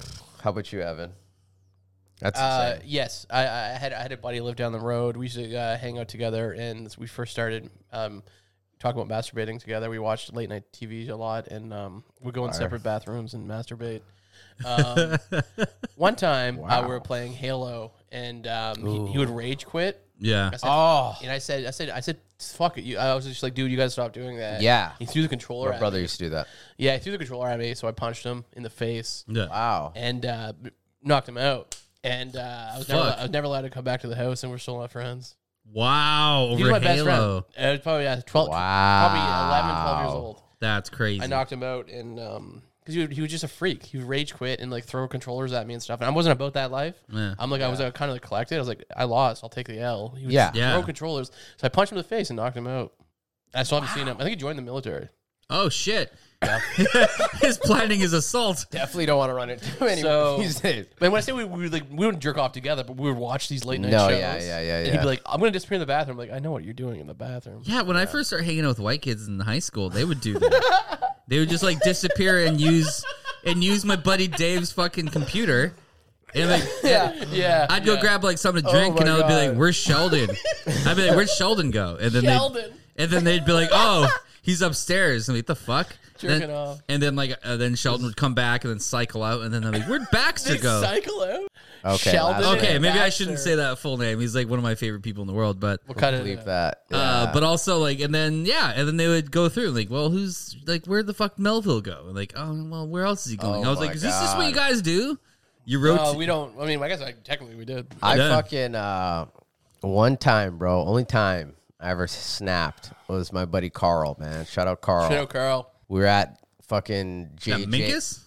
C: How about you, Evan? That's
B: Uh,
C: insane.
B: yes, I, I had I had a buddy live down the road. We used to uh, hang out together, and we first started um, talking about masturbating together. We watched late night TV a lot, and um, we'd go in separate bathrooms and
C: <laughs>
B: masturbate. Um, one time, uh, we were playing Halo, and um, he, he would rage quit.
A: Yeah,
B: I said,
C: Oh.
B: and I said, I said, I said, fuck it. You, I was just like, dude, you gotta stop doing that.
C: Yeah.
B: he threw the controller.
C: My
B: at
C: brother
B: me.
C: used to do that.
B: Yeah, he threw the controller at me, so I punched him in the face
A: yeah.
C: Wow.
B: and uh, b- knocked him out. And uh, I, was never,
A: Fuck.
B: I was never allowed to come back to the house, and we're still not friends.
A: Wow,
B: He
A: over
B: was my best
A: Halo.
B: friend. I was probably yeah, 12, probably 11, 12 years
C: Wow. <laughs>
B: old.
A: That's crazy.
B: I knocked him out, and um, because he, was- he was just a freak, he would rage quit and like throw controllers at me and stuff. And I wasn't about that life.
A: Yeah.
B: I'm like, I was uh, kind of like collected. I was like, I lost. I'll take the L. He would
C: Yeah.
B: just
A: Yeah.
B: throw controllers. So I punched him in the face and knocked him out. I still haven't seen him. I think he joined the military.
A: oh shit. <laughs> His planning is assault.
C: Definitely don't want to run into anyone
B: So-
C: <laughs> these days.
B: And when I say we, we would, like we wouldn't jerk off together, but we would watch these late night
C: No,
B: shows.
C: yeah, yeah, yeah,
B: And
C: yeah.
B: he'd be like, "I'm gonna disappear in the bathroom." like, I know what you're doing in
A: <laughs>
B: the bathroom.
A: Yeah, when I first started hanging out with white kids in high school, they would do that. they would just like disappear and use and use my buddy Dave's fucking computer. And like,
B: Yeah, <laughs> yeah.
A: I'd go
B: yeah.
A: grab like something to drink,
C: Oh my
A: and I would be
C: God.
A: like, "Where's Sheldon?" I'd be like, "Where'd Sheldon go?" And then
B: Sheldon.
A: They, and then they'd be like, "Oh, he's upstairs." And like, the fuck?
B: Jerking
A: then,
B: off.
A: And then like, uh, then Sheldon would come back and then cycle out, and then they're like, "Where'd Baxter
B: They
A: go?"
B: cycle out.
C: Okay,
B: Sheldon.
C: last
A: okay,
B: Yeah,
A: maybe I
B: Baxter.
A: shouldn't say that full name. He's like one of my favorite people in the world, but.
B: We'll cut it.
C: Believe
B: out.
C: that.
A: Uh,
C: Yeah.
A: but also like, and then yeah, and then they would go through like, well, who's like, where the fuck Melville go? And like, oh, well, where else is he going?
C: Oh
A: I was
C: my
A: like, is this just what you
C: God.
A: guys do? You wrote, <laughs>
B: No, we don't. I mean, I guess I, technically we did.
C: I
A: Yeah.
C: fucking uh, one time, bro. Only time I ever snapped was my buddy Carl. Man, shout out Carl.
B: Shadow Carl.
C: We were at fucking
A: yeah,
C: JJ.
A: Minkus.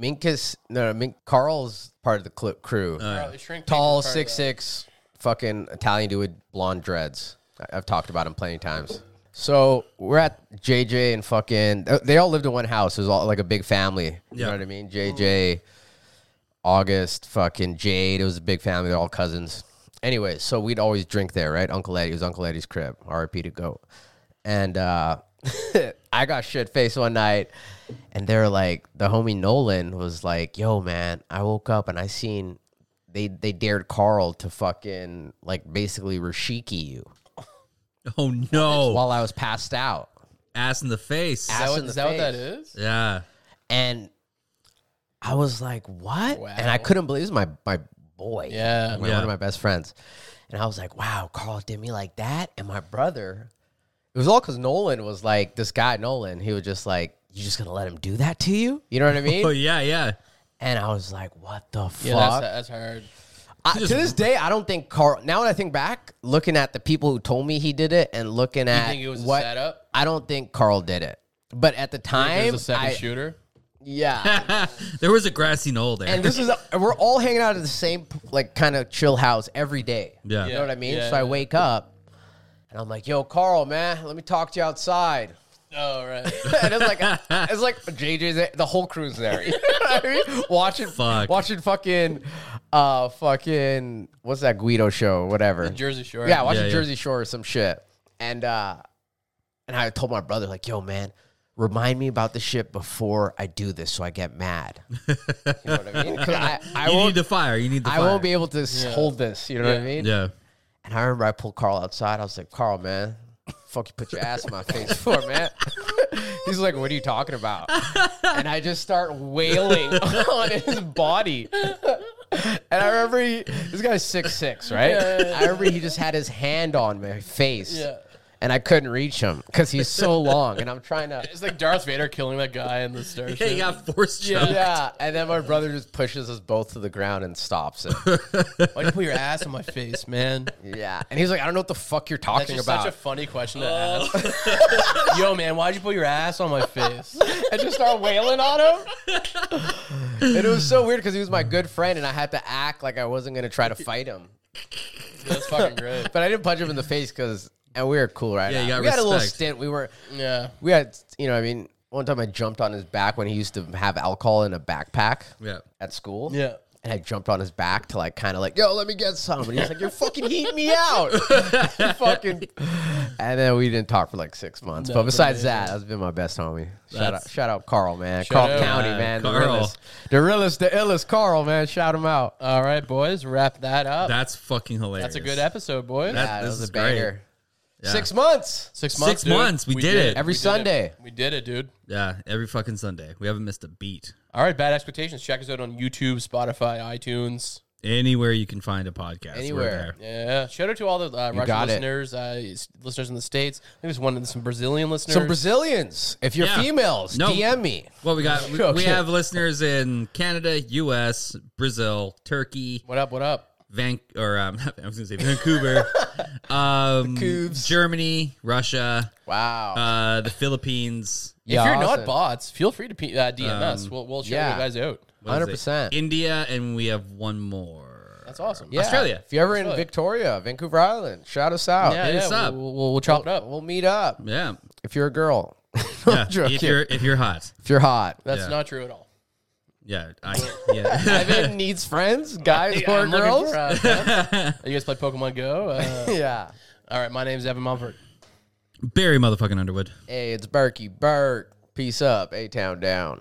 C: Minkus. No, no Mink, Carl's part of the clip crew.
B: Carl, the shrink.
C: Tall,
B: people part of
C: six
B: that.
C: six, fucking Italian dude with blonde dreads. I- I've talked about him plenty of times. So we're at JJ and fucking. uh, They all lived in one house. It was all like a big family. You know
A: Yeah.
C: what I mean? JJ, August, fucking Jade. It was a big family. They're all cousins. Anyway, so we'd always drink there, right? Uncle Eddie it was Uncle Eddie's crib. R.I.P. to go. And uh, <laughs> I got shit faced one night, and they were like, the homie Nolan was like, "Yo, man, I woke up and I seen." They, they dared Carl to fucking like basically Rashiki you
A: Oh no!
C: while I was passed out.
A: Ass in the face.
B: Is that,
C: Ass
B: what,
C: in the
B: is that what that
C: face.
B: is?
A: Yeah.
C: and I was like, "What?"
B: Wow.
C: And I couldn't believe it was my my boy,
B: Yeah.
C: my, one
A: Yeah.
C: of my best friends, and I was like, "Wow, Carl did me like that." And my brother, it was all because Nolan was like this guy. Nolan, he was just like, "You just gonna let him do that to you?" You know what I mean?
A: Oh <laughs> yeah, yeah.
C: And I was like, "What the
B: Yeah,
C: fuck?"
B: that's, that's hard.
C: I, to this day, I don't think Carl. Now when I think back, looking at the people who told me he did it, and looking at
B: think it was a
C: what
B: setup?
C: I don't think Carl did it. But at the
B: There's
C: time,
B: a second
C: I-
B: shooter. <laughs>
C: yeah,
A: there was a grassy knoll there.
C: and this is we're all hanging out at the same like kind of chill house every day.
A: <laughs> Yeah.
C: you know what I mean.
B: Yeah.
C: so I wake up and I'm like, "Yo, Carl, man, let me talk to you outside." <laughs>
B: Oh, right.
C: and it's like
A: <laughs>
C: it's like JJ's there, the whole crew's there. <laughs> You know what I mean? Watching
A: Fuck.
C: watching fucking uh fucking what's that Guido show,
B: <laughs>
C: whatever.
B: Jersey Shore.
C: Yeah, watching
A: Yeah, yeah.
C: Jersey Shore or some shit. And uh and I told my brother, like, yo, man, remind me about the shit before I do this so I get
A: <laughs>
C: mad. You know what I mean? 'Cause I, I
A: you
C: won't
A: need the fire. You need the
C: I
A: fire.
C: won't be able to s hold this. You know what I
B: Yeah.
C: mean?
A: Yeah.
C: And I remember I pulled Carl outside. I was like, Carl, man, fuck you put your ass in my face for, man. <laughs> He's like, what are you talking about? And I just start wailing <laughs> on his body. And I remember he, this guy's six six, right? I remember he just had his hand on my face,
B: Yeah.
C: and I couldn't reach him because he's so long. And I'm trying
B: <laughs>
C: to,
B: It's like Darth Vader killing that
A: <laughs>
B: guy in the starship.
A: Yeah, you got force choke.
C: yeah. And then my brother just pushes us both to the ground and stops it.
B: <laughs> Why'd you put your ass in my face, man?
C: Yeah, and he's like, I don't know what the fuck you're
B: That's
C: talking
B: just
C: about.
B: such a funny question to ask. Yo, man, why'd you put your ass on my face?
C: <laughs> and just start wailing on him. and it was so weird because he was my good friend, and I had to act like I wasn't gonna try to fight him.
B: That's fucking great.
C: But I didn't punch him in the face because, and we were cool right
A: Yeah, you
C: now.
A: got
C: we had a little
A: respect.
C: stint. We were,
B: Yeah.
C: we had, you know, what I mean, one time I jumped on his back when he used to have alcohol in a backpack.
A: Yeah.
C: At school.
B: Yeah.
C: And I jumped on his back to like kind of like, yo, let me get some. And he's like, you're fucking heating me out. <laughs> You fucking.
A: <laughs>
C: And then we didn't talk for like six months. but besides that, that's been my best homie. Shout
A: That's-
C: out, shout out Carl, man.
B: Shout
C: Carl
B: out,
C: County,
A: uh,
C: man. The
A: Carl.
C: realest, the realest, the illest Carl, man. Shout him out.
A: Uh,
B: All right, boys, wrap that up.
A: That's fucking hilarious.
B: That's a good episode, boys.
A: That-
C: Yeah,
A: this
C: was
A: is
C: a
A: great.
C: banger.
A: Yeah.
C: Six months.
B: Six
A: Six
B: months. dude.
A: months, we did it.
C: Every
B: We did
C: Sunday.
B: We did it, dude.
A: Yeah. Every fucking Sunday. We haven't missed a beat.
B: All right, Bad Expectations. Check us out on YouTube, Spotify, iTunes.
A: Anywhere you can find a podcast.
C: Anywhere.
A: We're there.
B: Yeah. Shout out to all the uh, Russian
C: got it.
B: listeners, uh, s- listeners in the States. I think there's one, some Brazilian listeners.
C: Some Brazilians. If you're
A: Yeah.
C: females,
A: No.
C: DM me.
A: Well, we got we,
C: Okay.
A: we have listeners in Canada, U.S., Brazil, Turkey,
B: What up, what up?
A: Van or um, <laughs> I was gonna say Vancouver, um,
C: Coobs.
A: Germany, Russia,
C: Wow.
A: uh, the Philippines,
C: Yeah,
B: if you're
C: awesome.
B: not bots, feel free to P- uh, DM us. We'll, we'll shout
C: yeah.
B: you guys out.
A: what is it?
C: 100%.
A: India, and we have one more.
B: That's awesome.
C: Yeah.
A: Australia.
C: If you're ever in
B: Australia.
C: Victoria, Vancouver Island, shout us out.
B: Yeah,
A: Hit
B: yeah,
A: us up.
B: We'll, we'll, we'll chop it up.
C: We'll meet up.
A: Yeah.
C: If you're a girl. <laughs>
A: Yeah.
C: I'm joking.
A: If you're if you're hot,
C: if you're hot.
B: That's
A: Yeah.
B: not true at all.
A: yeah, I, <laughs>
C: <laughs>
A: yeah.
C: Evan needs
A: <laughs>
C: friends, guys or
B: I'm looking
C: girls.
B: for, uh, <laughs> friends. you guys play Pokemon Go? Uh,
C: <laughs> yeah.
B: all right, my name's Evan Mumford.
A: Barry motherfucking Underwood.
C: Hey, it's Berkey Burke. Peace up, A Town down.